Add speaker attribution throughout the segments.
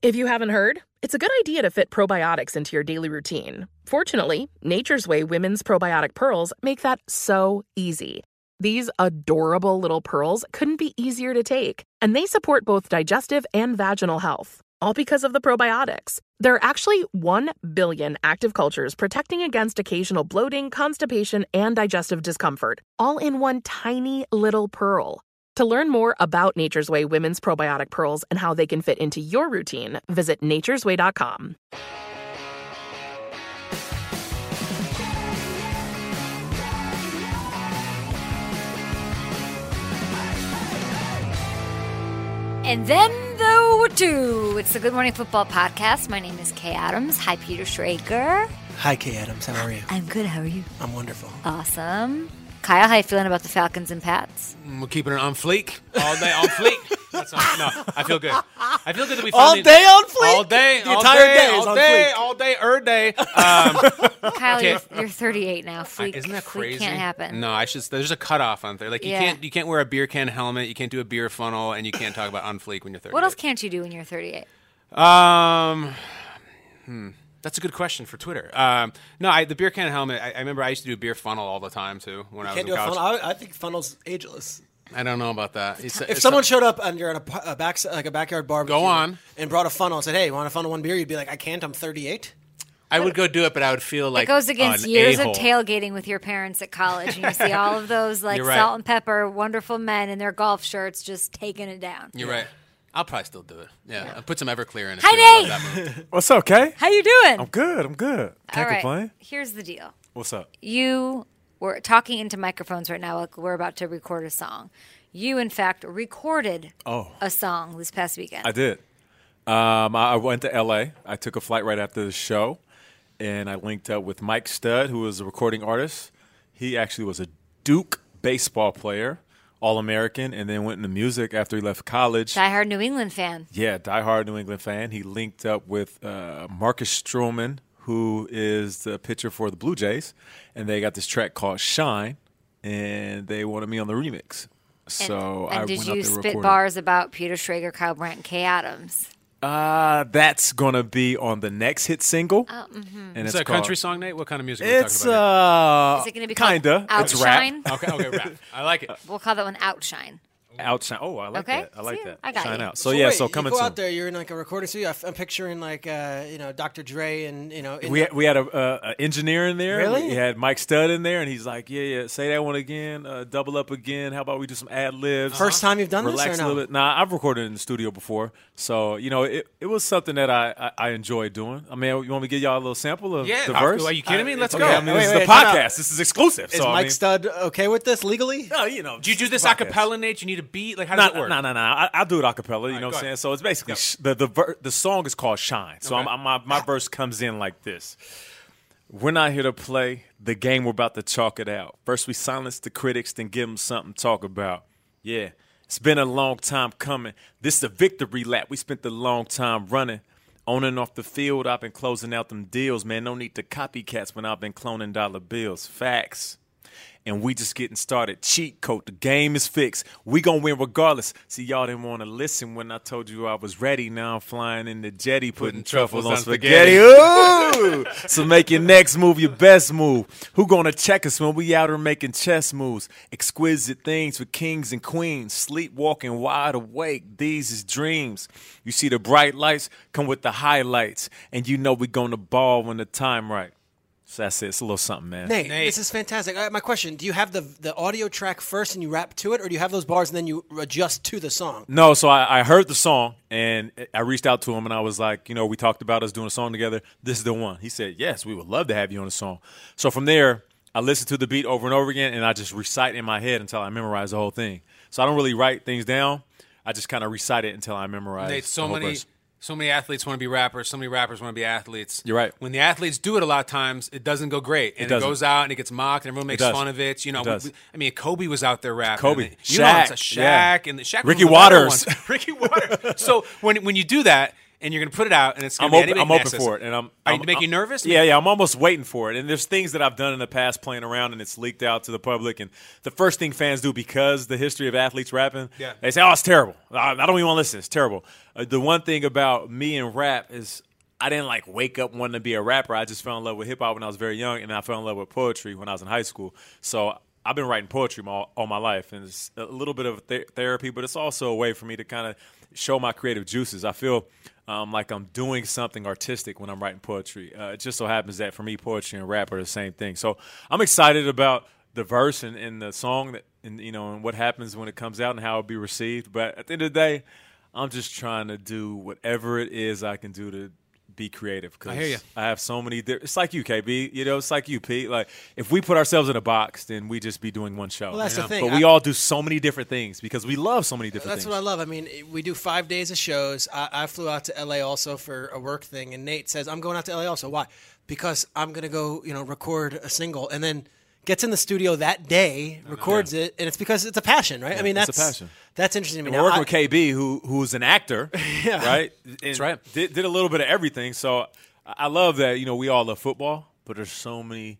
Speaker 1: If you haven't heard, it's a good idea to fit probiotics into your daily routine. Fortunately, Nature's Way Women's Probiotic Pearls make that so easy. These adorable little pearls couldn't be easier to take, and they support both digestive and vaginal health, all because of the probiotics. There are actually 1 billion active cultures protecting against occasional bloating, constipation, and digestive discomfort, all in one tiny little pearl. To learn more about Nature's Way women's probiotic pearls and how they can fit into your routine, visit nature'sway.com.
Speaker 2: And then there were two. It's the Good Morning Football podcast. My name is Kay Adams. Hi, Peter Schrager.
Speaker 3: Hi, Kay Adams. How are you?
Speaker 2: I'm good. How are you?
Speaker 3: I'm wonderful.
Speaker 2: Awesome. Kyle, how you feeling about the Falcons and Pats?
Speaker 4: Mm, We're keeping it on fleek all day on fleek. That's not, no, I feel good. I feel good that we
Speaker 3: All
Speaker 4: finally-
Speaker 3: day on fleek?
Speaker 4: All day,
Speaker 3: The
Speaker 4: all
Speaker 3: entire
Speaker 4: day,
Speaker 3: day is
Speaker 4: all
Speaker 3: on
Speaker 4: day,
Speaker 3: fleek.
Speaker 4: all day, er day. Um,
Speaker 2: Kyle,
Speaker 4: Okay.
Speaker 2: you're, you're 38 now. Freak,
Speaker 4: isn't that
Speaker 2: freak
Speaker 4: crazy?
Speaker 2: can't happen.
Speaker 4: No, I should. There's a cutoff on there. Like you
Speaker 2: Yeah.
Speaker 4: can't, you can't wear a beer can helmet. You can't do a beer funnel, and you can't talk about on fleek when you're 30.
Speaker 2: What else can't you do when you're 38?
Speaker 4: Um, hmm, that's a good question for Twitter. Um, no, I, the beer can helmet. I, I remember I used to do beer funnel all the time too when I was
Speaker 3: Can't do
Speaker 4: in
Speaker 3: a
Speaker 4: college.
Speaker 3: funnel. I, I think funnel's ageless.
Speaker 4: I don't know about that. It's-
Speaker 3: If
Speaker 4: it's-
Speaker 3: someone showed up and you're at a, par- a back like a backyard barbecue,
Speaker 4: Go on.
Speaker 3: and brought a funnel and said, "Hey, you want a funnel one beer?" You'd be like, "I can't. I'm 38."
Speaker 4: I would go do it, but I would feel like
Speaker 2: it goes against
Speaker 4: an
Speaker 2: years
Speaker 4: a-hole.
Speaker 2: of tailgating with your parents at college, and you see all of those like
Speaker 4: You're right.
Speaker 2: salt and pepper, wonderful men in their golf shirts just taking it down.
Speaker 4: You're right. I'll probably still do it. Yeah, I'll put some Everclear in it.
Speaker 2: Hi,
Speaker 4: too. I love
Speaker 2: Nate.
Speaker 4: that movie.
Speaker 5: What's up, Kay?
Speaker 2: How you doing?
Speaker 4: Oh,
Speaker 5: I'm good. I'm good. Can't
Speaker 2: all right.
Speaker 5: complain.
Speaker 2: Here's the deal.
Speaker 5: What's up?
Speaker 2: You were talking into microphones right now, like we're about to record a song. You, in fact, recorded
Speaker 5: Oh.
Speaker 2: a song this past weekend.
Speaker 5: I did. Um, I I went to LA. I took a flight right after the show, and I linked up with Mike Studd, who was a recording artist. He actually was a Duke baseball player, All American, and then went into music after he left college.
Speaker 2: Diehard New England fan.
Speaker 5: Yeah, diehard New England fan. He linked up with uh, Marcus Stroman, who is the pitcher for the Blue Jays, and they got this track called "Shine," and they wanted me on the remix. So
Speaker 2: and
Speaker 5: I
Speaker 2: did
Speaker 5: went
Speaker 2: you
Speaker 5: out there
Speaker 2: spit
Speaker 5: recorded.
Speaker 2: bars about Peter Schrager, Kyle Brandt, and Kay Adams?
Speaker 5: Uh, that's gonna be on the next hit single,
Speaker 2: Oh, mm-hmm.
Speaker 5: and
Speaker 4: Is
Speaker 5: it's
Speaker 4: that a
Speaker 5: called-
Speaker 4: country song, Nate? What kind of music are we
Speaker 5: It's
Speaker 4: talking about?
Speaker 5: uh,
Speaker 2: Is it going to be called
Speaker 5: kinda. It's
Speaker 2: Outshine?
Speaker 5: rap. Uh,
Speaker 4: here? okay, okay, rap. uh, I like it.
Speaker 2: We'll call that one Outshine.
Speaker 5: Outshine. Oh, I like
Speaker 2: Okay,
Speaker 5: that. I like
Speaker 2: see?
Speaker 5: that.
Speaker 2: I got
Speaker 5: Shine
Speaker 2: you.
Speaker 5: out. So, yeah,
Speaker 3: wait,
Speaker 5: so coming
Speaker 3: you go
Speaker 5: soon.
Speaker 3: out there, you're in like a recording studio. I f- I'm picturing like uh, you know Dr. Dre and you know in
Speaker 5: We
Speaker 3: the-
Speaker 5: had, we had a, uh, a, a engineer in there.
Speaker 3: Really?
Speaker 5: We had Mike Studd in there, and he's like, "Yeah, yeah, say that one again. Uh, double up again. How about we do some ad libs?"
Speaker 3: Uh-huh. First time you've done this
Speaker 5: Relax
Speaker 3: or
Speaker 5: a
Speaker 3: no?
Speaker 5: little bit. Nah, I've recorded in the studio before, so you know it, it was something that I, I I enjoyed doing. I mean, you want me to give y'all a little sample of
Speaker 4: Yeah,
Speaker 5: the
Speaker 4: I'll-
Speaker 5: verse?
Speaker 4: are you kidding me?
Speaker 5: Uh,
Speaker 4: Let's
Speaker 5: okay,
Speaker 4: go.
Speaker 5: I mean,
Speaker 4: Wait,
Speaker 5: this
Speaker 3: wait,
Speaker 5: is the
Speaker 3: time out.
Speaker 5: podcast. This is exclusive.
Speaker 3: Is
Speaker 5: so I
Speaker 3: Mike
Speaker 5: mean,
Speaker 3: Stud okay with this legally?
Speaker 5: No, you know,
Speaker 4: Do you do this
Speaker 5: podcast.
Speaker 4: a cappella, Nate? You need a beat? Like, how does it
Speaker 5: No,
Speaker 4: work?
Speaker 5: no, no, no. I- I'll do it a cappella. You know what
Speaker 4: go
Speaker 5: I'm saying?
Speaker 4: ahead.
Speaker 5: So it's basically sh- the the ver- the song is called Shine. So I'm,
Speaker 4: Okay.
Speaker 5: I'm, my my verse comes in like this: We're not here to play the game. We're about to chalk it out. First, we silence the critics, then give them something to talk about. Yeah, it's been a long time coming. This the victory lap. We spent the long time running. On and off the field, I've been closing out them deals, man. No need to copycats when I've been cloning dollar bills. Facts. and we just getting started. Cheat code, the game is fixed. We gonna win regardless. See, y'all didn't want to listen when I told you I was ready. Now I'm flying in the jetty, putting, truffles, on spaghetti. Ooh! so make your next move your best move. Who gonna check us when we out here making chess moves? Exquisite things for kings and queens. Sleepwalking wide awake. These is dreams. You see the bright lights come with the highlights, and you know we gonna ball when the time right. So that's it. It's a little something, man.
Speaker 3: Nate, this is fantastic. Uh, my question: Do you have the the audio track first and you rap to it, or do you have those bars and then you adjust to the song?
Speaker 5: No, so I, I heard the song and I reached out to him and I was like, you know, we talked about us doing a song together. This is the one. He said, yes, we would love to have you on the song. So from there, I listened to the beat over and over again and I just recite in my head until I memorize the whole thing. So I don't really write things down. I just kind of recite it until I memorize.
Speaker 4: Nate,
Speaker 5: the
Speaker 4: so
Speaker 5: whole
Speaker 4: many,
Speaker 5: verse.
Speaker 4: so many athletes want to be rappers. So many rappers want to be athletes.
Speaker 5: You're right.
Speaker 4: When the athletes do it, a lot of times it doesn't go great, and it,
Speaker 5: doesn't.
Speaker 4: goes out and it gets mocked, and everyone makes
Speaker 5: does.
Speaker 4: fun of it. You know,
Speaker 5: It does.
Speaker 4: we- I mean, Kobe was out there rapping.
Speaker 5: Kobe.
Speaker 4: and, you know, it's a Shaq,
Speaker 5: Shaq, yeah.
Speaker 4: and the Shaq, was
Speaker 5: Ricky
Speaker 4: one of the better
Speaker 5: Waters.
Speaker 4: ones. Ricky Waters. So when when you do that. And you're gonna put it out, and it's gonna
Speaker 5: I'm
Speaker 4: be
Speaker 5: open.
Speaker 4: anybody
Speaker 5: I'm
Speaker 4: can
Speaker 5: open
Speaker 4: access
Speaker 5: for it, and I'm.
Speaker 4: Are
Speaker 5: I'm,
Speaker 4: you make you
Speaker 5: I'm-
Speaker 4: nervous?
Speaker 5: Yeah, yeah. I'm almost waiting for it, and there's things that I've done in the past playing around, and it's leaked out to the public. And the first thing fans do because the history of athletes rapping,
Speaker 4: Yeah.
Speaker 5: they say, "Oh, it's terrible. I, I don't even want to listen. It's terrible." Uh, the one thing about me and rap is. I didn't like wake up wanting to be a rapper. I just fell in love with hip hop when I was very young, and I fell in love with poetry when I was in high school. So I've been writing poetry my, all my life, and it's a little bit of th- therapy, but it's also a way for me to kind of show my creative juices. I feel um, like I'm doing something artistic when I'm writing poetry. Uh, it just so happens that for me, poetry and rap are the same thing. So I'm excited about the verse and, and the song, that, and you know, and what happens when it comes out and how it'll be received. But at the end of the day, I'm just trying to do whatever it is I can do to be creative. Cause I
Speaker 4: hear ya.
Speaker 5: have so many. di- It's like you, KB. You know, it's like you, Pete. Like if we put ourselves in a box, then we just be doing one show.
Speaker 3: Well, that's the Yeah. thing.
Speaker 5: But we
Speaker 3: I-
Speaker 5: all do so many different things because we love so many different
Speaker 3: That's
Speaker 5: things.
Speaker 3: what I love. I mean, it- we do five days of shows. I, I flew out to LA also for a work thing, and Nate says I'm going out to LA also. Why? Because I'm gonna go, you know, record a single, and then gets in the studio that day, records it, and it's because it's a passion, right? I mean,
Speaker 5: it's
Speaker 3: that's
Speaker 5: a passion.
Speaker 3: That's interesting to me.
Speaker 5: And we're
Speaker 3: Now,
Speaker 5: working with KB, who who's an actor, right? That's
Speaker 4: right.
Speaker 5: Did, did a little bit of everything. So I I love that. You know, we all love football, but there's so many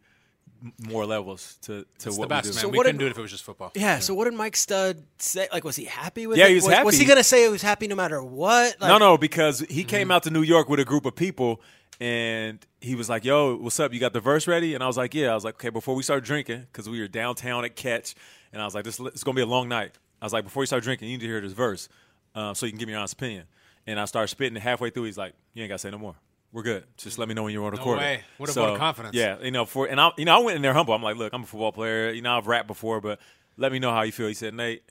Speaker 5: m- more levels to to
Speaker 4: It's
Speaker 5: what
Speaker 4: the best,
Speaker 5: we do.
Speaker 4: man.
Speaker 3: So
Speaker 4: we
Speaker 3: what
Speaker 4: couldn't
Speaker 3: did-
Speaker 4: do it if it was just football.
Speaker 3: I- yeah. So what did Mike Stud say? Like, was he happy with?
Speaker 5: Yeah,
Speaker 3: it?
Speaker 5: he was
Speaker 3: Was he
Speaker 5: happy.
Speaker 3: gonna say he was happy no matter what? Like,
Speaker 5: no, no, because he came out to New York with a group of people and he was like, Yo, what's up? You got the verse ready? And I was like, Yeah. I was like, Okay, before we start drinking, because we were downtown at Catch, and I was like, This it's going to be a long night. I was like, Before you start drinking, you need to hear this verse uh, so you can give me your honest opinion. And I started spitting, and halfway through, he's like, You ain't got to say no more. We're good. Just let me know when you want to record
Speaker 4: way.
Speaker 5: it.
Speaker 4: What a vote of confidence.
Speaker 5: Yeah, you know, for and I, you know, I went in there humble. I'm like, look, I'm a football player. You know, I've rapped before, but let me know how you feel. He said, Nate,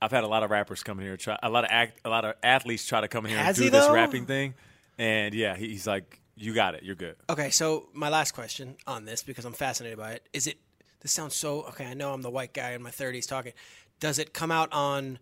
Speaker 5: I've had a lot of rappers come in here, try, a lot of act, a lot of athletes try to come in here
Speaker 3: Has
Speaker 5: and
Speaker 3: he,
Speaker 5: do this
Speaker 3: though?
Speaker 5: rapping thing, and yeah, he- he's like, "You got it, you're good."
Speaker 3: Okay, so my last question on this because I'm fascinated by it is it. This sounds so okay. I know I'm the white guy in my 30s talking. Does it come out on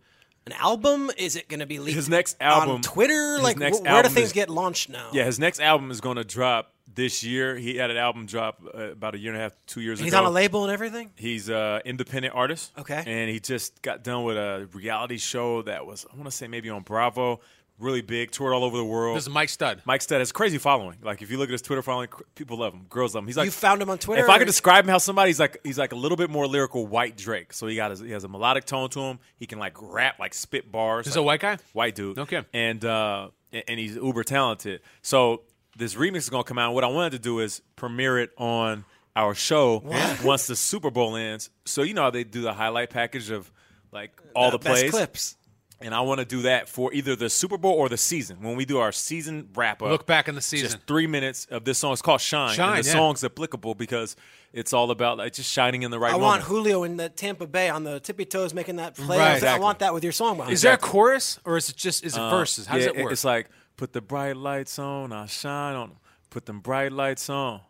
Speaker 3: an album? Is it going to be leaked
Speaker 5: His next
Speaker 3: on
Speaker 5: album-
Speaker 3: Twitter?
Speaker 5: his
Speaker 3: Like,
Speaker 5: next
Speaker 3: wh- where do
Speaker 5: album
Speaker 3: things
Speaker 5: is-
Speaker 3: get launched now?
Speaker 5: Yeah, his next album is going to drop this year. He had an album drop uh, about a year and a half, two years
Speaker 3: And he's
Speaker 5: ago.
Speaker 3: on a label and everything.
Speaker 5: He's an independent artist.
Speaker 3: Okay.
Speaker 5: And he just got done with a reality show that was, I want to say, maybe on Bravo, really big, toured all over the world.
Speaker 4: This is Mike Stud.
Speaker 5: Mike Stead has a crazy following. Like if you look at his Twitter following, cr- people love him. Girls love him. He's like
Speaker 3: You found him on Twitter,
Speaker 5: If I
Speaker 3: or-
Speaker 5: could describe him how somebody, he's like he's like a little bit more lyrical white Drake. So he got his, he has a melodic tone to him. He can like rap, like spit bars.
Speaker 4: This is
Speaker 5: like-
Speaker 4: a white guy?
Speaker 5: White dude.
Speaker 4: Okay.
Speaker 5: And uh and, and he's uber talented. So this remix is gonna come out. What I wanted to do is premiere it on our show once the Super Bowl ends. So you know how they do the highlight package of like all the,
Speaker 3: best
Speaker 5: plays.
Speaker 3: clips.
Speaker 5: And I want to do that for either the Super Bowl or the season. When we do our season wrap up,
Speaker 4: Look back in the season.
Speaker 5: Just three minutes of this song. It's called Shine.
Speaker 4: Shine,
Speaker 5: and the
Speaker 4: yeah.
Speaker 5: song's applicable because it's all about like just shining in the right
Speaker 3: I want
Speaker 5: moment.
Speaker 3: Julio in the Tampa Bay on the tippy toes making that play.
Speaker 4: Right.
Speaker 3: I
Speaker 5: Exactly.
Speaker 3: want that with your song behind.
Speaker 4: Is
Speaker 3: it.
Speaker 4: there a chorus or is it just is it verses? How does
Speaker 5: Yeah,
Speaker 4: it work?
Speaker 5: It's like put the bright lights on. I shine on 'em. Put them bright lights on.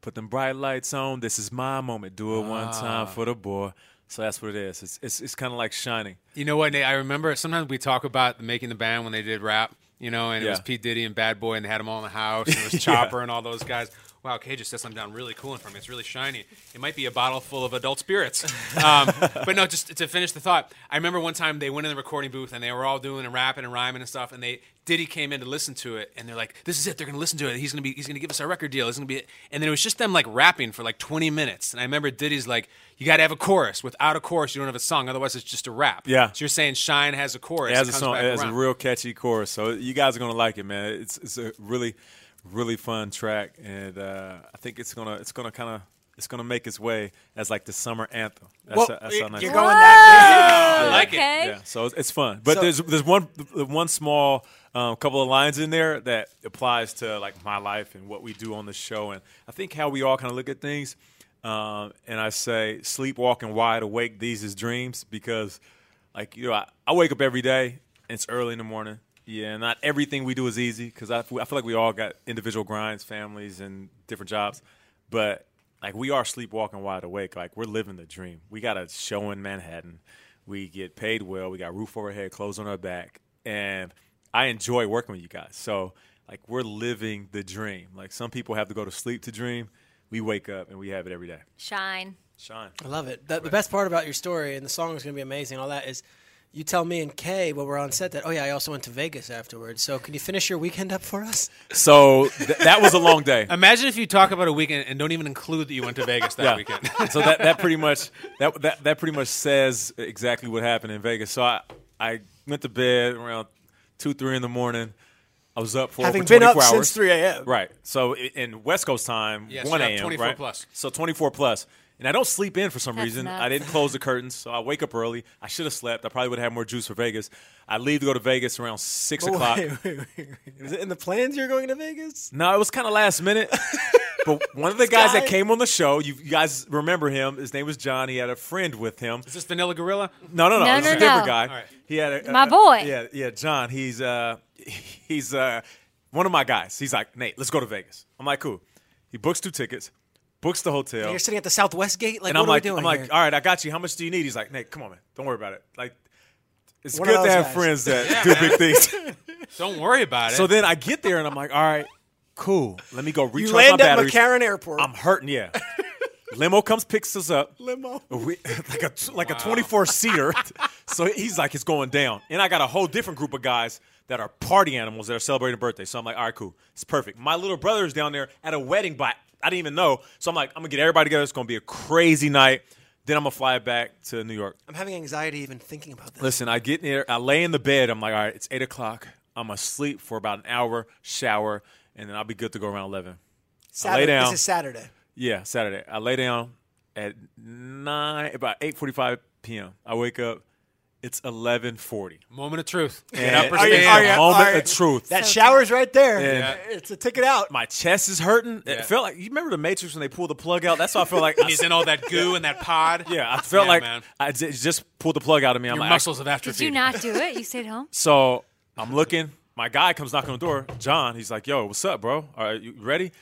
Speaker 5: Put them bright lights on. This is my moment. Do it one
Speaker 4: Ah.
Speaker 5: time for the boy. So that's what it is. It's it's, it's kind of like shining.
Speaker 4: You know what, Nate? I remember sometimes we talk about making the band when they did rap, you know, and it was
Speaker 5: Yeah.
Speaker 4: Pete Diddy and Bad Boy, and they had them all in the house, and it was Chopper and all those guys. Wow, Kay just set something down really cool in front of me. It's really shiny. It might be a bottle full of adult spirits. Um, but no, just to finish the thought, I remember one time they went in the recording booth and they were all doing and rapping and rhyming and stuff, and they Diddy came in to listen to it, and they're like, "This is it. They're gonna listen to it. He's gonna be. He's gonna give us our record deal. It's gonna be." It. And then it was just them like rapping for like 20 minutes. And I remember Diddy's like, "You gotta have a chorus. Without a chorus, you don't have a song. Otherwise, it's just a rap."
Speaker 5: Yeah.
Speaker 4: So you're saying Shine has a chorus.
Speaker 5: It has
Speaker 4: it
Speaker 5: a
Speaker 4: comes
Speaker 5: song.
Speaker 4: back
Speaker 5: It has a
Speaker 4: around.
Speaker 5: real catchy chorus. So you guys are gonna like it, man. It's it's a really, really fun track, and uh, I think it's gonna it's gonna kind of it's gonna make its way as like the summer anthem. That's
Speaker 3: Whoa,
Speaker 5: how- that's how nice.
Speaker 3: you're
Speaker 5: it-
Speaker 3: going that
Speaker 4: I like it.
Speaker 2: okay.
Speaker 5: Yeah, so it's, it's fun, but
Speaker 3: So-
Speaker 5: there's there's one the one small um, couple of lines in there that applies to like my life and what we do on the show, and I think how we all kind of look at things. Um, and I say sleepwalking wide awake, these is dreams because, like you know, I, I wake up every day. And it's early in the morning. Yeah, not everything we do is easy because I, f- I feel like we all got individual grinds, families, and different jobs, but. Like we are sleepwalking wide awake. Like we're living the dream. We got a show in Manhattan. We get paid well. We got roof over our head, clothes on our back, and I enjoy working with you guys. So like we're living the dream. Like some people have to go to sleep to dream. We wake up and we have it every day.
Speaker 2: Shine.
Speaker 5: Sean,
Speaker 3: I love it. The, the best part about your story and the song is going to be amazing. All that is, you tell me and Kay when we're on set that. Oh yeah, I also went to Vegas afterwards. So can you finish your weekend up for us?
Speaker 5: So th- that was a long day.
Speaker 4: Imagine if you talk about a weekend and don't even include that you went to Vegas that
Speaker 5: Yeah.
Speaker 4: weekend.
Speaker 5: so that, that pretty much that, that that pretty much says exactly what happened in Vegas. So I I went to bed around two three in the morning. I was up for
Speaker 3: Having
Speaker 5: for
Speaker 3: been
Speaker 5: 24
Speaker 3: up
Speaker 5: hours.
Speaker 3: since 3 a.m..
Speaker 5: Right. So i- in West Coast time,
Speaker 4: Yeah, so
Speaker 5: one
Speaker 4: you're up
Speaker 5: a.m.
Speaker 4: 24
Speaker 5: right?
Speaker 4: plus.
Speaker 5: So twenty four plus. And I don't sleep in for some reason.
Speaker 2: nuts.
Speaker 5: I didn't close the curtains, so I wake up early. I should have slept. I probably would have had more juice for Vegas. I leave to go to Vegas around six o'clock.
Speaker 3: Wait, wait, wait, wait. Is it in the plans you're going to Vegas?
Speaker 5: No, it was kind of last minute. but one of the guys
Speaker 3: guy-
Speaker 5: that came on the show, you, you guys remember him. His name was John. He had a friend with him.
Speaker 4: Is this Vanilla Gorilla?
Speaker 5: No, no, no.
Speaker 2: No,
Speaker 5: it's
Speaker 2: no,
Speaker 5: a
Speaker 2: no.
Speaker 5: different guy.
Speaker 4: right.
Speaker 5: He had a,
Speaker 2: My
Speaker 5: a-
Speaker 2: boy.
Speaker 5: Yeah, yeah. John. He's uh, he's uh, one of my guys. He's like Nate. Let's go to Vegas. I'm like, cool. He books two tickets, books the hotel,
Speaker 3: You're sitting at the Southwest Gate. Like
Speaker 5: and
Speaker 3: what
Speaker 5: I'm
Speaker 3: are
Speaker 5: like,
Speaker 3: we doing
Speaker 5: I'm like,
Speaker 3: here?
Speaker 5: all right, I got you. How much do you need? He's like, Nate, come on, man. Don't worry about it. Like, it's
Speaker 3: One of
Speaker 5: good to
Speaker 3: those
Speaker 5: have
Speaker 3: guys.
Speaker 5: friends that do big things.
Speaker 4: Don't worry about it.
Speaker 5: so then I get there and I'm like, all right, cool. Let me go recharge
Speaker 3: you
Speaker 5: my
Speaker 3: land at
Speaker 5: batteries.
Speaker 3: McCarran Airport.
Speaker 5: I'm hurting. Yeah. Limo comes, picks us up.
Speaker 3: Limo.
Speaker 5: We, like a like a 24 seater. so he's like, it's going down. And I got a whole different group of guys that are party animals that are celebrating birthdays. So I'm like, all right, cool. It's perfect. My little brother's down there at a wedding, but I didn't even know. So I'm like, I'm gonna get everybody together. It's gonna be a crazy night. Then I'm gonna fly back to New York.
Speaker 3: I'm having anxiety even thinking about this.
Speaker 5: Listen, I get in there, I lay in the bed. I'm like, all right, it's eight o'clock. I'm asleep for about an hour, shower, and then I'll be good to go around eleven. I lay
Speaker 3: Saturday-
Speaker 5: down.
Speaker 3: This is Saturday.
Speaker 5: Yeah, Saturday. I lay down at nine, about eight forty-five p.m. I wake up. It's eleven forty.
Speaker 4: Moment of truth. Get
Speaker 5: And-
Speaker 4: up or
Speaker 5: Are you-
Speaker 4: stand.
Speaker 5: are you- moment of truth.
Speaker 3: That shower's right there.
Speaker 5: Yeah.
Speaker 3: It's a ticket out.
Speaker 5: My chest is hurting.
Speaker 4: Yeah.
Speaker 5: It felt like you remember the Matrix when they pull the plug out. That's why I felt like.
Speaker 4: He's in all that goo and that pod.
Speaker 5: yeah, I felt like
Speaker 4: man.
Speaker 5: I j- just pulled the plug out of me. I'm
Speaker 4: Your
Speaker 5: like, I-
Speaker 4: muscles have atrophied.
Speaker 2: Did you not do it? You stayed home?
Speaker 5: So I'm looking. My guy comes knocking on the door. John, he's like, "Yo, what's up, bro? Are you ready?"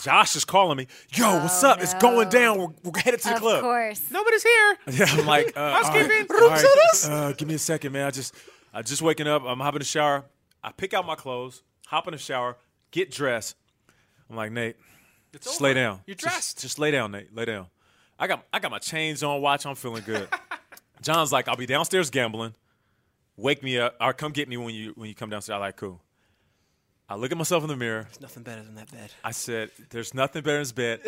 Speaker 5: Josh is calling me. Yo, what's up? It's going down. We're, we're headed to the
Speaker 2: Of
Speaker 5: club.
Speaker 2: course.
Speaker 4: Nobody's here.
Speaker 5: Yeah, I'm like, uh,
Speaker 4: Housekeeping.
Speaker 5: all right, all right, uh, give me a second, man. I just, I just waking up. I'm hopping in the shower. I pick out my clothes, hop in the shower, get dressed. I'm like, Nate, just lay
Speaker 4: over.
Speaker 5: down.
Speaker 4: You're
Speaker 5: Just-
Speaker 4: dressed.
Speaker 5: Just, lay down, Nate. Lay down. I got, I got my chains on. Watch, I'm feeling good. John's like, I'll be downstairs gambling. Wake me up, or come get me when you when you come downstairs. I like, cool. I look at myself in the mirror.
Speaker 3: Nothing better than that bed.
Speaker 5: I said, "There's nothing better than this bed."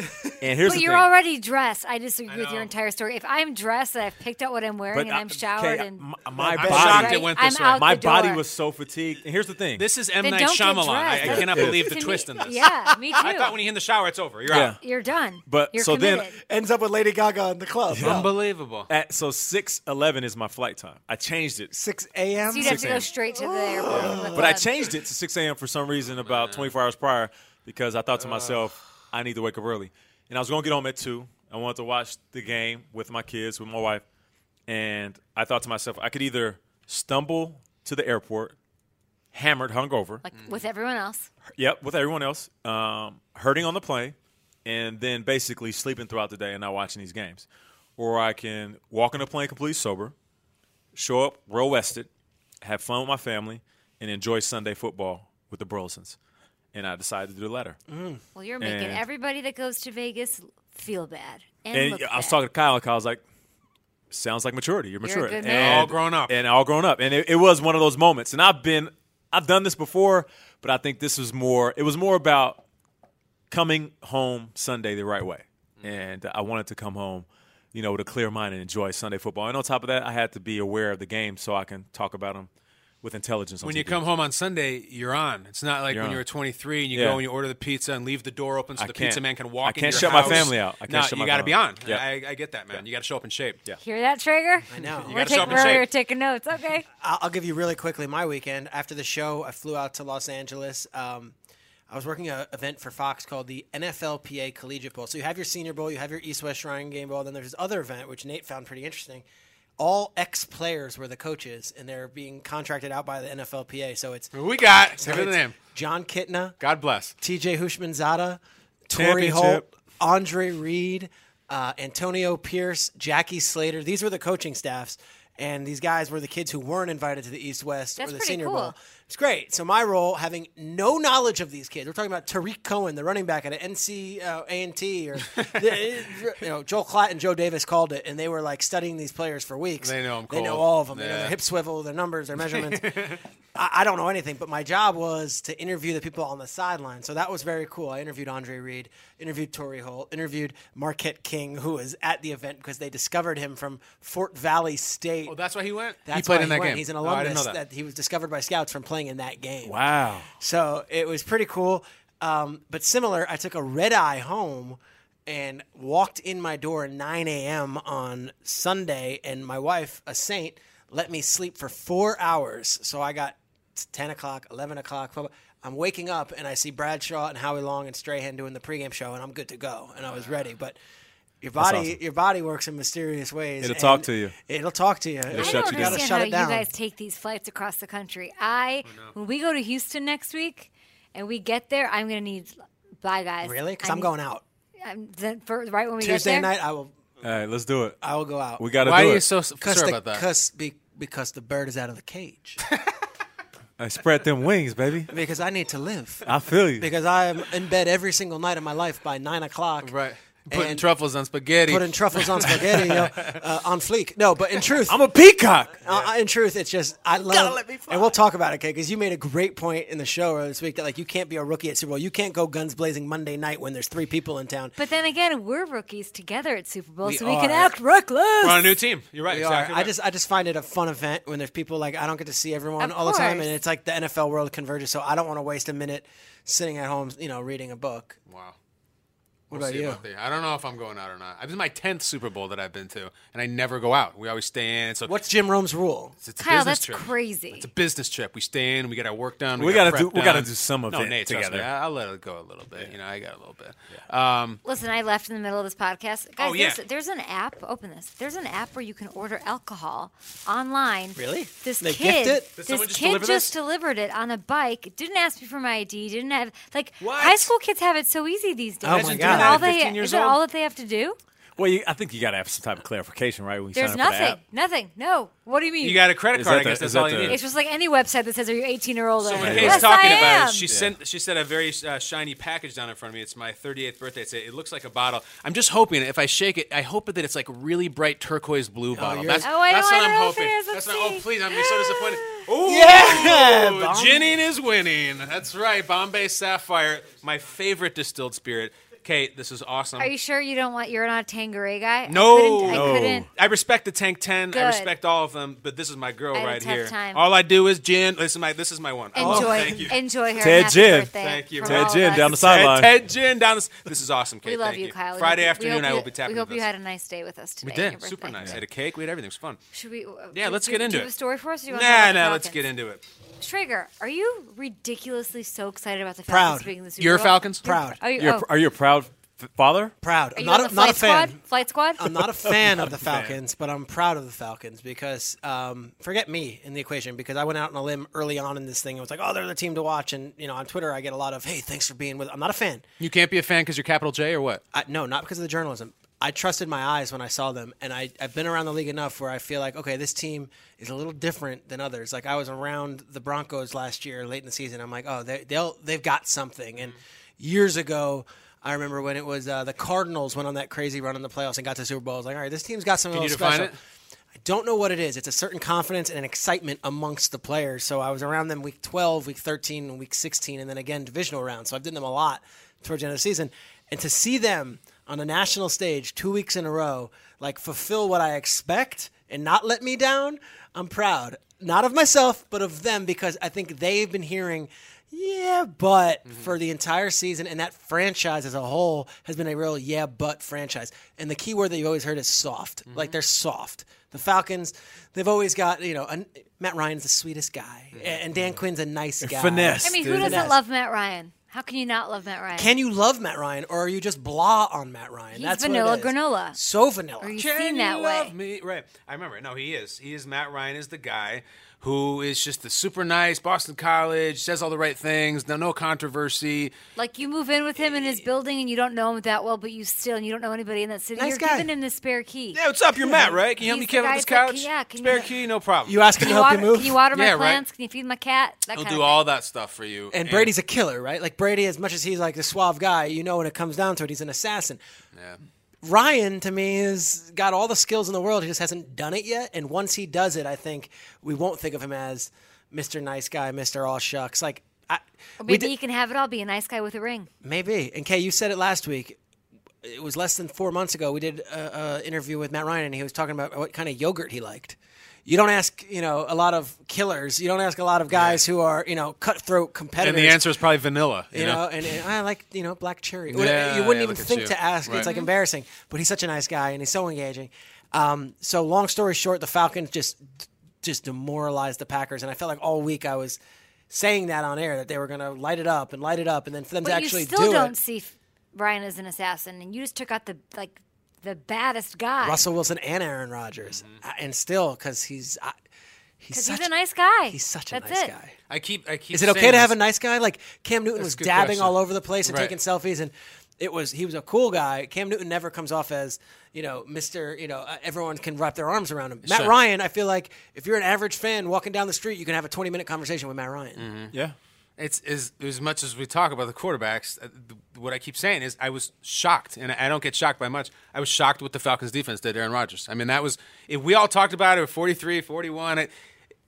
Speaker 5: And here's
Speaker 2: But
Speaker 5: the
Speaker 2: you're
Speaker 5: thing.
Speaker 2: already dressed. I disagree with
Speaker 4: know.
Speaker 2: your entire story. If I'm dressed and I've picked out what I'm wearing and
Speaker 5: I-
Speaker 2: I, am showered
Speaker 5: okay,
Speaker 2: and
Speaker 5: uh, my,
Speaker 4: I'm
Speaker 5: my body,
Speaker 4: shocked it went
Speaker 2: I'm
Speaker 4: this way.
Speaker 2: out
Speaker 5: my
Speaker 2: the
Speaker 5: body
Speaker 2: door.
Speaker 5: was so fatigued. And here's the thing.
Speaker 4: This is M.
Speaker 2: Then
Speaker 4: Night
Speaker 2: don't get
Speaker 4: Shyamalan. I, I
Speaker 2: dressed.
Speaker 4: cannot
Speaker 5: Yeah.
Speaker 4: believe the
Speaker 2: To me-
Speaker 4: twist in this.
Speaker 2: Yeah, me too.
Speaker 4: I thought when you hit the shower, it's over. You're
Speaker 5: yeah.
Speaker 4: out.
Speaker 2: you're done.
Speaker 5: But-
Speaker 2: you're
Speaker 5: so then-
Speaker 2: committed.
Speaker 3: Ends up with Lady Gaga in the club. Wow.
Speaker 4: Unbelievable.
Speaker 5: At, so six eleven is my flight time. I changed it,
Speaker 3: 6 a.m.
Speaker 2: So you'd have to
Speaker 5: 6
Speaker 2: go
Speaker 5: a.m.
Speaker 2: straight to the airport. and the
Speaker 5: but I
Speaker 2: club.
Speaker 5: changed it to six a.m. for some reason about twenty four hours prior because I thought to myself, I need to wake up early, and I was gonna get home at two. I wanted to watch the game with my kids, with my wife, and I thought to myself, I could either stumble to the airport, hammered, hungover,
Speaker 2: like with everyone else.
Speaker 5: Yep, with everyone else, um, hurting on the plane, and then basically sleeping throughout the day and not watching these games. Or I can walk on the plane completely sober, show up, roll wested, have fun with my family, and enjoy Sunday football with the Burlesons. And I decided to do the latter.
Speaker 2: Well, you're making
Speaker 5: And-
Speaker 2: everybody that goes to Vegas feel bad. And,
Speaker 5: And
Speaker 2: look
Speaker 5: I was
Speaker 2: bad.
Speaker 5: talking to Kyle, and Kyle was like, "Sounds like maturity. You're mature.
Speaker 2: a good
Speaker 5: and,
Speaker 2: man.
Speaker 4: All grown up.
Speaker 5: and all grown up." And it, it was one of those moments. And I've been I've done this before, but I think this was more. It was more about coming home Sunday the right way,
Speaker 2: Mm-hmm.
Speaker 5: and I wanted to come home, you know, with a clear mind and enjoy Sunday football. And on top of that, I had to be aware of the game so I can talk about them with intelligence. On
Speaker 4: When you
Speaker 5: TV.
Speaker 4: come home on Sunday, you're on. It's not like
Speaker 5: You're
Speaker 4: when
Speaker 5: on.
Speaker 4: you're 23 and you
Speaker 5: Yeah.
Speaker 4: go and you order the pizza and leave the door open so
Speaker 5: I
Speaker 4: the
Speaker 5: can't.
Speaker 4: pizza man can
Speaker 5: I
Speaker 4: walk.
Speaker 5: can't
Speaker 4: in your
Speaker 5: shut my
Speaker 4: house.
Speaker 5: family out. I
Speaker 4: no,
Speaker 5: can't shut
Speaker 4: you
Speaker 5: my
Speaker 4: got to be on.
Speaker 5: family out. Yeah.
Speaker 4: I, I get that, man. You got to show up in shape. Yeah.
Speaker 2: Hear that, Trigger? I
Speaker 3: know. You
Speaker 2: We're,
Speaker 4: gotta
Speaker 2: take,
Speaker 4: stop and
Speaker 2: we're
Speaker 4: shape.
Speaker 2: taking notes. Okay.
Speaker 3: I'll, I'll give you really quickly my weekend. After the show, I flew out to Los Angeles. Um, I was working an event for Fox called the NFLPA Collegiate Bowl. So you have your Senior Bowl, you have your East West Shrine Game Bowl, then there's this other event which Nate found pretty interesting. All ex players were the coaches, and they're being contracted out by the NFLPA. So it's
Speaker 4: We got. Give it a
Speaker 3: it's
Speaker 4: name.
Speaker 3: John Kitna,
Speaker 4: God bless.
Speaker 3: TJ Hushmanzada, Torrey Holt,
Speaker 5: Championship.
Speaker 3: Andre Reed, uh, Antonio Pierce, Jackie Slater. These were the coaching staffs, and these guys were the kids who weren't invited to the East West
Speaker 2: That's
Speaker 3: or the
Speaker 2: pretty
Speaker 3: Senior
Speaker 2: cool.
Speaker 3: Bowl. It's great. So my role, having no knowledge of these kids, we're talking about Tariq Cohen, the running back at NC uh, A&T, or the, you know Joel Klatt and Joe Davis called it, and they were like studying these players for weeks.
Speaker 4: They know 'em
Speaker 3: They know
Speaker 4: cold.
Speaker 3: all of them. They know
Speaker 4: Yeah.
Speaker 3: their hip swivel, their numbers, their measurements. I, I don't know anything, but my job was to interview the people on the sideline. So that was very cool. I interviewed Andre Reed, interviewed Torrey Holt, interviewed Marquette King, who was at the event because they discovered him from Fort Valley State.
Speaker 4: Oh, that's why he went.
Speaker 3: That's
Speaker 4: he played
Speaker 3: why
Speaker 4: in that
Speaker 3: went.
Speaker 4: game.
Speaker 3: He's an
Speaker 4: Oh, I didn't
Speaker 3: alumnus
Speaker 4: know that.
Speaker 3: that. he was discovered by scouts from playing in that game.
Speaker 5: Wow.
Speaker 3: So it was pretty cool. Um, but similar, I took a red eye home and walked in my door at 9 a.m. on Sunday, and my wife, a saint, let me sleep for four hours. So I got 10 o'clock, 11 o'clock. 12 I'm waking up and I see Bradshaw and Howie Long and Strahan doing the pregame show, and I'm good to go. And I was ready, but. Your body,
Speaker 5: awesome.
Speaker 3: your body works in mysterious ways.
Speaker 5: It'll
Speaker 3: and
Speaker 5: talk to you.
Speaker 3: It'll talk to you. It'll
Speaker 2: I
Speaker 5: shut
Speaker 2: don't
Speaker 5: you down.
Speaker 2: understand
Speaker 3: Shut
Speaker 2: how
Speaker 3: it
Speaker 2: you
Speaker 3: down. Oh,
Speaker 2: guys take these flights across the country. I, when we go to Houston next week, and we get there, I'm gonna need. Bye, guys.
Speaker 3: Really? Because
Speaker 2: I
Speaker 3: I'm
Speaker 2: need-
Speaker 3: going out
Speaker 2: I'm, then for, right when we
Speaker 3: Tuesday
Speaker 2: get there.
Speaker 3: night. I will.
Speaker 5: All right, let's do it.
Speaker 3: I will go out.
Speaker 5: We got to
Speaker 4: Why
Speaker 5: do
Speaker 4: are you
Speaker 5: it.
Speaker 4: so s-
Speaker 3: Cause
Speaker 4: sure
Speaker 3: the,
Speaker 4: about that?
Speaker 3: Cause, be, because the bird is out of the cage.
Speaker 5: Hey, spread them wings, baby.
Speaker 3: because I need to live.
Speaker 5: I feel you.
Speaker 3: Because I'm in bed every single night of my life by nine o'clock.
Speaker 4: Right. Putting
Speaker 3: And-
Speaker 4: truffles on spaghetti.
Speaker 3: Putting truffles on spaghetti, yo, uh, on fleek. No, but in truth,
Speaker 5: I'm a peacock.
Speaker 3: uh, in truth, it's just I love. and we'll talk about it, okay? Because you made a great point in the show earlier this week that like you can't be a rookie at Super Bowl. You can't go guns blazing Monday night when there's three people in town.
Speaker 2: But then again, we're rookies together at Super Bowl,
Speaker 3: We
Speaker 2: so we can
Speaker 3: are.
Speaker 2: act reckless.
Speaker 4: We're on a new team. You're right.
Speaker 3: We are.
Speaker 4: exactly.
Speaker 3: I
Speaker 4: right.
Speaker 3: just I just find it a fun event when there's people like I don't get to see everyone
Speaker 2: Of
Speaker 3: all the time,
Speaker 2: course.
Speaker 3: and it's like the NFL world converges. So I don't want to waste a minute sitting at home, you know, reading a book.
Speaker 4: Wow.
Speaker 3: What
Speaker 4: We'll
Speaker 3: about
Speaker 4: see
Speaker 3: you?
Speaker 4: about the- I don't know if I'm going out or not. This is my tenth Super Bowl that I've been to, and I never go out. We always stay in. So
Speaker 3: What's Jim Rome's rule?
Speaker 4: it's, it's a
Speaker 2: Kyle,
Speaker 4: business
Speaker 2: that's
Speaker 4: trip.
Speaker 2: crazy.
Speaker 4: It's a business trip. We stay in. We get our work done.
Speaker 5: We
Speaker 4: got
Speaker 5: gotta do-
Speaker 4: prep
Speaker 5: we gotta
Speaker 4: done.
Speaker 5: do some
Speaker 4: No,
Speaker 5: event
Speaker 4: Nate, trust
Speaker 5: together.
Speaker 4: me, I, will let it go a little bit. You know, I got a little bit. Um,
Speaker 2: Listen, I left in the middle of this podcast. Guys,
Speaker 4: Oh, yeah.
Speaker 2: there's, there's an app. Open this. There's an app where you can order alcohol online.
Speaker 3: Really?
Speaker 2: This
Speaker 3: They
Speaker 2: kid,
Speaker 3: gift it?
Speaker 4: Did
Speaker 2: this
Speaker 4: someone just
Speaker 2: kid
Speaker 4: deliver
Speaker 2: just
Speaker 4: this?
Speaker 2: delivered it on a bike. Didn't ask me for my ID. Didn't have like
Speaker 4: What? Oh
Speaker 2: high school kids have it so easy these days.
Speaker 3: my
Speaker 2: Is it
Speaker 3: God. Doing that
Speaker 2: all
Speaker 4: at
Speaker 2: they-
Speaker 4: 15 years
Speaker 2: is that
Speaker 4: old?
Speaker 2: all that they have to do?
Speaker 5: Well, you, I think you got to have some type of clarification, right? When you
Speaker 2: There's
Speaker 5: sign up for the
Speaker 2: nothing.
Speaker 5: app.
Speaker 2: Nothing. No. What do you mean?
Speaker 4: you got a credit
Speaker 5: Is
Speaker 4: card.
Speaker 5: that
Speaker 4: I
Speaker 5: the-
Speaker 4: guess
Speaker 5: is
Speaker 4: that's
Speaker 5: that
Speaker 4: all you
Speaker 5: the-
Speaker 4: need.
Speaker 2: It's just like any website that says, "Are you 18 or older?"
Speaker 4: So when
Speaker 5: Yeah.
Speaker 4: Kate's
Speaker 2: yes,
Speaker 4: talking
Speaker 2: I
Speaker 4: about
Speaker 2: am.
Speaker 4: it, she sent she sent a very uh, shiny package down in front of me. It's my 38th birthday. It's a, it looks like a bottle. I'm just hoping if I shake it, I hope that it's like really bright turquoise blue bottle.
Speaker 3: you're-
Speaker 4: That's,
Speaker 2: Oh, I
Speaker 4: that's
Speaker 2: don't
Speaker 4: what
Speaker 2: wanna
Speaker 4: I'm
Speaker 2: open
Speaker 4: hoping.
Speaker 2: it. Let's
Speaker 4: That's not, oh,
Speaker 2: see.
Speaker 4: please, I'm gonna be so disappointed. Ooh,
Speaker 3: Yeah, Bombay.
Speaker 4: Ginning is winning. That's right, Bombay Sapphire, my favorite distilled spirit. Kate, this is awesome.
Speaker 2: Are you sure you don't want? You're not a Tangeray guy. I
Speaker 4: No.
Speaker 2: couldn't- I
Speaker 4: No.
Speaker 2: couldn't.
Speaker 4: I respect the Tank Ten.
Speaker 2: Good.
Speaker 4: I respect all of them, but this is my girl
Speaker 2: I had a
Speaker 4: right
Speaker 2: tough
Speaker 4: here.
Speaker 2: time.
Speaker 4: All I do is gin. This is my this is my one. Oh,
Speaker 2: Enjoy,
Speaker 4: thank you.
Speaker 2: enjoy her.
Speaker 5: Ted
Speaker 2: Happy
Speaker 5: Jin.
Speaker 2: birthday
Speaker 4: Thank you.
Speaker 2: from
Speaker 4: Ted
Speaker 2: all of
Speaker 5: Jin
Speaker 2: us.
Speaker 5: down the
Speaker 4: Ted,
Speaker 5: sideline.
Speaker 4: Ted Gin down. This, this is awesome, Kate.
Speaker 2: We love
Speaker 4: Thank
Speaker 2: you, Kyle. We
Speaker 4: Friday
Speaker 2: hope- we hope
Speaker 4: afternoon, I
Speaker 2: you-
Speaker 4: will be tapping.
Speaker 2: We hope
Speaker 4: with
Speaker 2: you
Speaker 4: this.
Speaker 2: had a nice day with us
Speaker 4: We
Speaker 2: today.
Speaker 4: did.
Speaker 2: your
Speaker 4: Super
Speaker 2: birthday.
Speaker 4: nice. Had a cake. We had everything. It was fun.
Speaker 2: Should we? uh,
Speaker 4: Yeah, let's
Speaker 2: do-
Speaker 4: get
Speaker 2: do
Speaker 4: into
Speaker 2: you have
Speaker 4: it.
Speaker 2: a story for us? Or do you want to talk
Speaker 4: Nah,
Speaker 2: about
Speaker 4: nah.
Speaker 2: the
Speaker 4: Let's get
Speaker 2: Falcons?
Speaker 4: into it.
Speaker 2: Trigger, are you ridiculously so excited about the
Speaker 3: Proud.
Speaker 2: Falcons being in the Super
Speaker 4: Your
Speaker 2: Bowl?
Speaker 4: Falcons?
Speaker 3: Proud.
Speaker 2: Are you?
Speaker 5: You're,
Speaker 2: oh.
Speaker 5: Are you a proud f- father?
Speaker 3: Proud.
Speaker 2: Are
Speaker 3: I'm
Speaker 2: you
Speaker 3: not
Speaker 2: on
Speaker 3: a,
Speaker 2: the
Speaker 3: not a
Speaker 2: flight
Speaker 3: fan.
Speaker 2: squad? Flight squad.
Speaker 3: I'm not a fan of the Falcons, but I'm proud of the Falcons because um, forget me in the equation because I went out on a limb early on in this thing and was like, oh, they're the team to watch. And you know, on Twitter, I get a lot of, hey, thanks for being with. I'm not a fan.
Speaker 4: You can't be a fan because you're capital J or what?
Speaker 3: I, no, not because of the journalism. I trusted my eyes when I saw them, and I, I've been around the league enough where I feel like, okay, this team is a little different than others. Like I was around the Broncos last year, late in the season. I'm like, oh, they, they'll they've got something. And years ago, I remember when it was uh, the Cardinals went on that crazy run in the playoffs and got to the Super Bowl. I was like, all right, this team's got something.
Speaker 4: Can you
Speaker 3: a little
Speaker 4: define
Speaker 3: special.
Speaker 4: it?
Speaker 3: I don't know what it is. It's a certain confidence and an excitement amongst the players. So I was around them week 12, week 13, and week 16, and then again divisional rounds. So I've done them a lot towards the end of the season. And to see them on a national stage two weeks in a row, like fulfill what I expect and not let me down, I'm proud. Not of myself, but of them because I think they've been hearing, yeah, but for the entire season. And that franchise as a whole has been a real yeah, but franchise. And the key word that you've always heard is soft. Like they're soft. The Falcons, they've always got, you know, an, Matt Ryan's the sweetest guy, a- and Dan Quinn's a nice guy.
Speaker 5: Finesse.
Speaker 2: I mean, who
Speaker 5: dude.
Speaker 2: doesn't
Speaker 3: Yes.
Speaker 2: love Matt Ryan? How can you not love Matt Ryan?
Speaker 3: Can you love Matt Ryan, or are you just blah on Matt Ryan?
Speaker 2: He's
Speaker 3: That's
Speaker 2: vanilla
Speaker 3: what it is.
Speaker 2: granola.
Speaker 3: So vanilla.
Speaker 2: Are you
Speaker 4: Can
Speaker 2: seen
Speaker 4: you
Speaker 2: that
Speaker 4: love
Speaker 2: way?
Speaker 4: Me? Right. I remember. No, he is. He is Matt Ryan is the guy who is just the super nice Boston College, says all the right things, no no controversy.
Speaker 2: Like you move in with him in his
Speaker 3: Eh.
Speaker 2: building and you don't know him that well, but you still and you don't know anybody in that city.
Speaker 3: Nice
Speaker 2: You're
Speaker 3: guy.
Speaker 2: giving him the spare key.
Speaker 4: Yeah, what's up? You're Matt, right? Can you
Speaker 2: He's
Speaker 4: help me
Speaker 2: the
Speaker 4: Kevin
Speaker 2: guy
Speaker 4: up this
Speaker 2: that's like,
Speaker 4: couch?
Speaker 2: yeah, can you
Speaker 4: Spare
Speaker 2: help-
Speaker 4: key, no problem.
Speaker 3: You ask
Speaker 2: Can
Speaker 3: him to
Speaker 2: you,
Speaker 3: help
Speaker 2: water,
Speaker 3: you move.
Speaker 2: can you water my
Speaker 4: Yeah, right.
Speaker 2: plants? Can you feed my cat? That
Speaker 4: He'll
Speaker 2: kind of
Speaker 4: do
Speaker 2: thing.
Speaker 4: all that stuff for you.
Speaker 3: and Brady's a killer, right? Like Brady, as much as he's like a suave guy, you know when it comes down to it, he's an assassin.
Speaker 4: Yeah.
Speaker 3: Ryan to me has got all the skills in the world. He just hasn't done it yet. And once he does it, I think we won't think of him as Mr. Nice Guy, Mr. All Shucks. Like I,
Speaker 2: Or
Speaker 3: we
Speaker 2: maybe
Speaker 3: did-
Speaker 2: he can have it all, be a nice guy with a ring.
Speaker 3: Maybe. And Kay, you said it last week. It was less than four months ago. We did a, a interview with Matt Ryan, and he was talking about what kind of yogurt he liked. You don't ask, you know, a lot of killers. You don't ask a lot of guys who are, you know, cutthroat competitors.
Speaker 4: And the answer is probably vanilla. You,
Speaker 3: you know,
Speaker 4: know?
Speaker 3: and, and I like, you know, black cherry.
Speaker 4: Yeah,
Speaker 3: you wouldn't
Speaker 4: yeah,
Speaker 3: even
Speaker 4: look at
Speaker 3: think
Speaker 4: you.
Speaker 3: to ask.
Speaker 4: Right.
Speaker 3: It's
Speaker 2: Mm-hmm.
Speaker 3: like embarrassing. But he's such a nice guy, and he's so engaging. Um, so long story short, the Falcons just just demoralized the Packers, and I felt like all week I was saying that on air that they were going to light it up and light it up, and then for them
Speaker 2: But
Speaker 3: to actually
Speaker 2: you still
Speaker 3: do
Speaker 2: not
Speaker 3: it.
Speaker 2: see F- Ryan as an assassin, and you just took out the like the baddest guy.
Speaker 3: Russell Wilson and Aaron Rodgers,
Speaker 4: Mm-hmm.
Speaker 3: I- and still because he's I, he's
Speaker 2: because
Speaker 3: such
Speaker 2: he's a nice guy.
Speaker 3: he's such a
Speaker 2: That's
Speaker 3: nice
Speaker 2: it.
Speaker 3: guy.
Speaker 4: I keep. I keep.
Speaker 3: Is it okay
Speaker 4: saying
Speaker 3: to have a
Speaker 4: this.
Speaker 3: nice guy like Cam Newton
Speaker 4: That's
Speaker 3: was
Speaker 4: a good
Speaker 3: dabbing
Speaker 4: question.
Speaker 3: all over the place and
Speaker 4: Right.
Speaker 3: taking selfies and. It was he was a cool guy. Cam Newton never comes off as you know Mister. You know uh, everyone can wrap their arms around him. Matt
Speaker 4: Sure.
Speaker 3: Ryan, I feel like if you're an average fan walking down the street, you can have a 20 minute conversation with Matt Ryan.
Speaker 4: Mm-hmm.
Speaker 5: Yeah.
Speaker 4: It's as as much as we talk about the quarterbacks. uh, th- What I keep saying is, I was shocked, and I don't get shocked by much. I was shocked what the Falcons defense did, to Aaron Rodgers. I mean, that was if we all talked about it at 43, 41. It,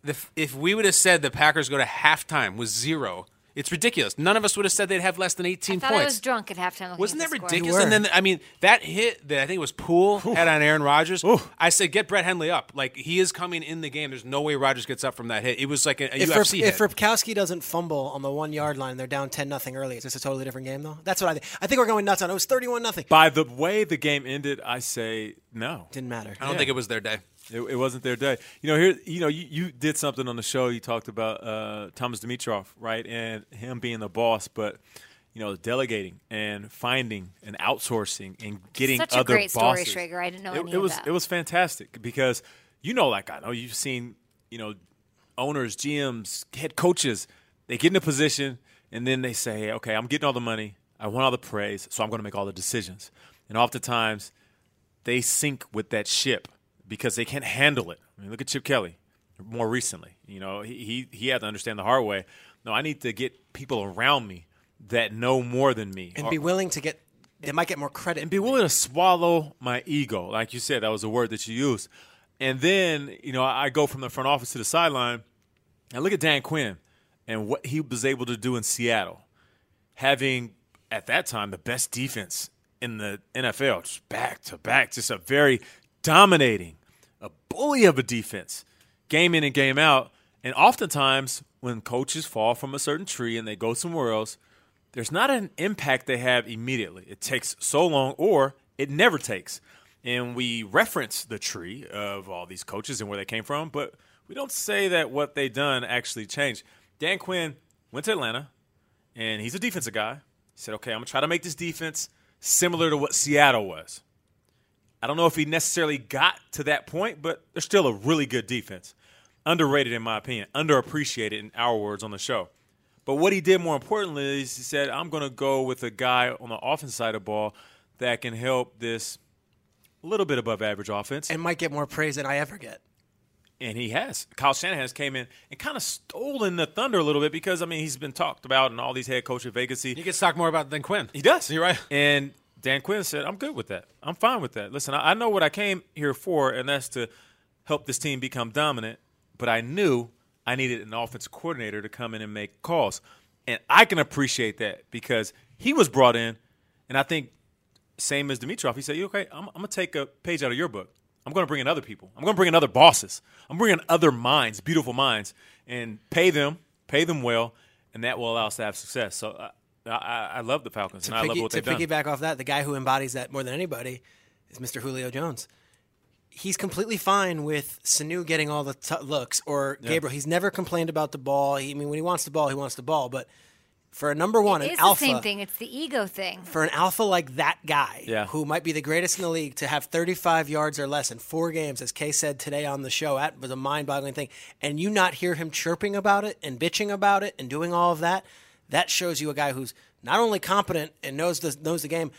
Speaker 4: the, if we would have said the Packers go to halftime with zero, it's ridiculous. None of us would have said they'd have less than
Speaker 2: I
Speaker 4: 18
Speaker 2: thought
Speaker 4: points.
Speaker 2: I was drunk at halftime. looking
Speaker 4: Wasn't
Speaker 2: at
Speaker 4: that
Speaker 2: the score.
Speaker 4: ridiculous? And then I mean that hit that I think it was Poole had on Aaron Rodgers. I said get Brett Hundley up. Like he is coming in the game. There's no way Rodgers gets up from that hit. It was like a, a
Speaker 3: If, Rip,
Speaker 4: UFC
Speaker 3: if
Speaker 4: hit.
Speaker 3: Ripkowski doesn't fumble on the one yard line, they're down 10 nothing early. Is this a totally different game though? That's what I think. I think we're going nuts on. It It was 31 nothing.
Speaker 5: By the way the game ended, I say no.
Speaker 3: Didn't matter.
Speaker 4: I don't think it was their day.
Speaker 5: It, it wasn't their day. You know, here, you know, you, you did something on the show. You talked about uh, Thomas Dimitrov, right, and him being the boss, but you know, delegating and finding and outsourcing and getting
Speaker 2: Such a
Speaker 5: other
Speaker 2: great story,
Speaker 5: bosses.
Speaker 2: Schrager. I didn't know
Speaker 5: it,
Speaker 2: any
Speaker 5: it
Speaker 2: of
Speaker 5: was
Speaker 2: that.
Speaker 5: it was fantastic because you know, like I know you've seen, you know, owners, GMs, head coaches, they get in a position and then they say, hey, okay, I'm getting all the money, I want all the praise, so I'm going to make all the decisions, and oftentimes they sink with that ship because they can't handle it. I mean, look at Chip Kelly more recently. You know, he, he, he had to understand the hard way. No, I need to get people around me that know more than me.
Speaker 3: and
Speaker 5: or-
Speaker 3: be willing to get. They might get more credit.
Speaker 5: and be willing to swallow my ego. Like you said, that was a word that you used. And then, you know, I go from the front office to the sideline and look at Dan Quinn and what he was able to do in Seattle, having at that time the best defense in the NFL, just back to back, just a very dominating, a bully of a defense, game in and game out. And oftentimes, when coaches fall from a certain tree and they go somewhere else, there's not an impact they have immediately. It takes so long, or it never takes. And we reference the tree of all these coaches and where they came from, but we don't say that what they done actually changed. Dan Quinn went to Atlanta, and he's a defensive guy. He said, "Okay, I'm gonna try to make this defense similar to what Seattle was." I don't know if he necessarily got to that point, but they're still a really good defense. Underrated, in my opinion, underappreciated in our words on the show. But what he did more importantly is he said, I'm going to go with a guy on the offense side of the ball that can help this little bit above average offense. And,
Speaker 3: and might get more praise than I ever get.
Speaker 5: he has. Kyle Shanahan has came in and kind of stolen the thunder a little bit because, I mean, he's been talked about in all these head coach vacancy.
Speaker 4: He gets talked more about than Quinn.
Speaker 5: He does.
Speaker 4: You're right.
Speaker 5: And Dan Quinn said, I'm good with that. I'm fine with that. Listen, I, I know what I came here for, and that's to help this team become dominant, but I knew I needed an offensive coordinator to come in and make calls. And I can appreciate that because he was brought in, and I think same as Dimitrov, he said, "You okay? I'm, I'm gonna take a page out of your book. I'm gonna bring in other people. I'm gonna bring in other bosses. I'm bringing other minds, beautiful minds, and pay them, pay them well, and that will allow us to have success." So I, I, I love the Falcons, and I love
Speaker 3: Piggy-
Speaker 5: what
Speaker 3: to
Speaker 5: they've done.
Speaker 3: piggyback off that, the guy who embodies that more than anybody is Mr. Julio Jones. He's completely fine with Sanu getting all the t- looks or Gabriel. He's never complained about the ball. He, I mean, when he wants the ball, he wants the ball. But for a number one, an
Speaker 2: It's the
Speaker 3: alpha,
Speaker 2: same thing. It's the ego thing.
Speaker 3: for an alpha like that guy,
Speaker 5: Yeah.
Speaker 3: who might be the greatest in the league, to have 35 yards or less in four games, as Kay said today on the show, that was a mind boggling thing. And you not hear him chirping about it and bitching about it and doing all of that, that shows you a guy who's not only competent and knows the, knows the game,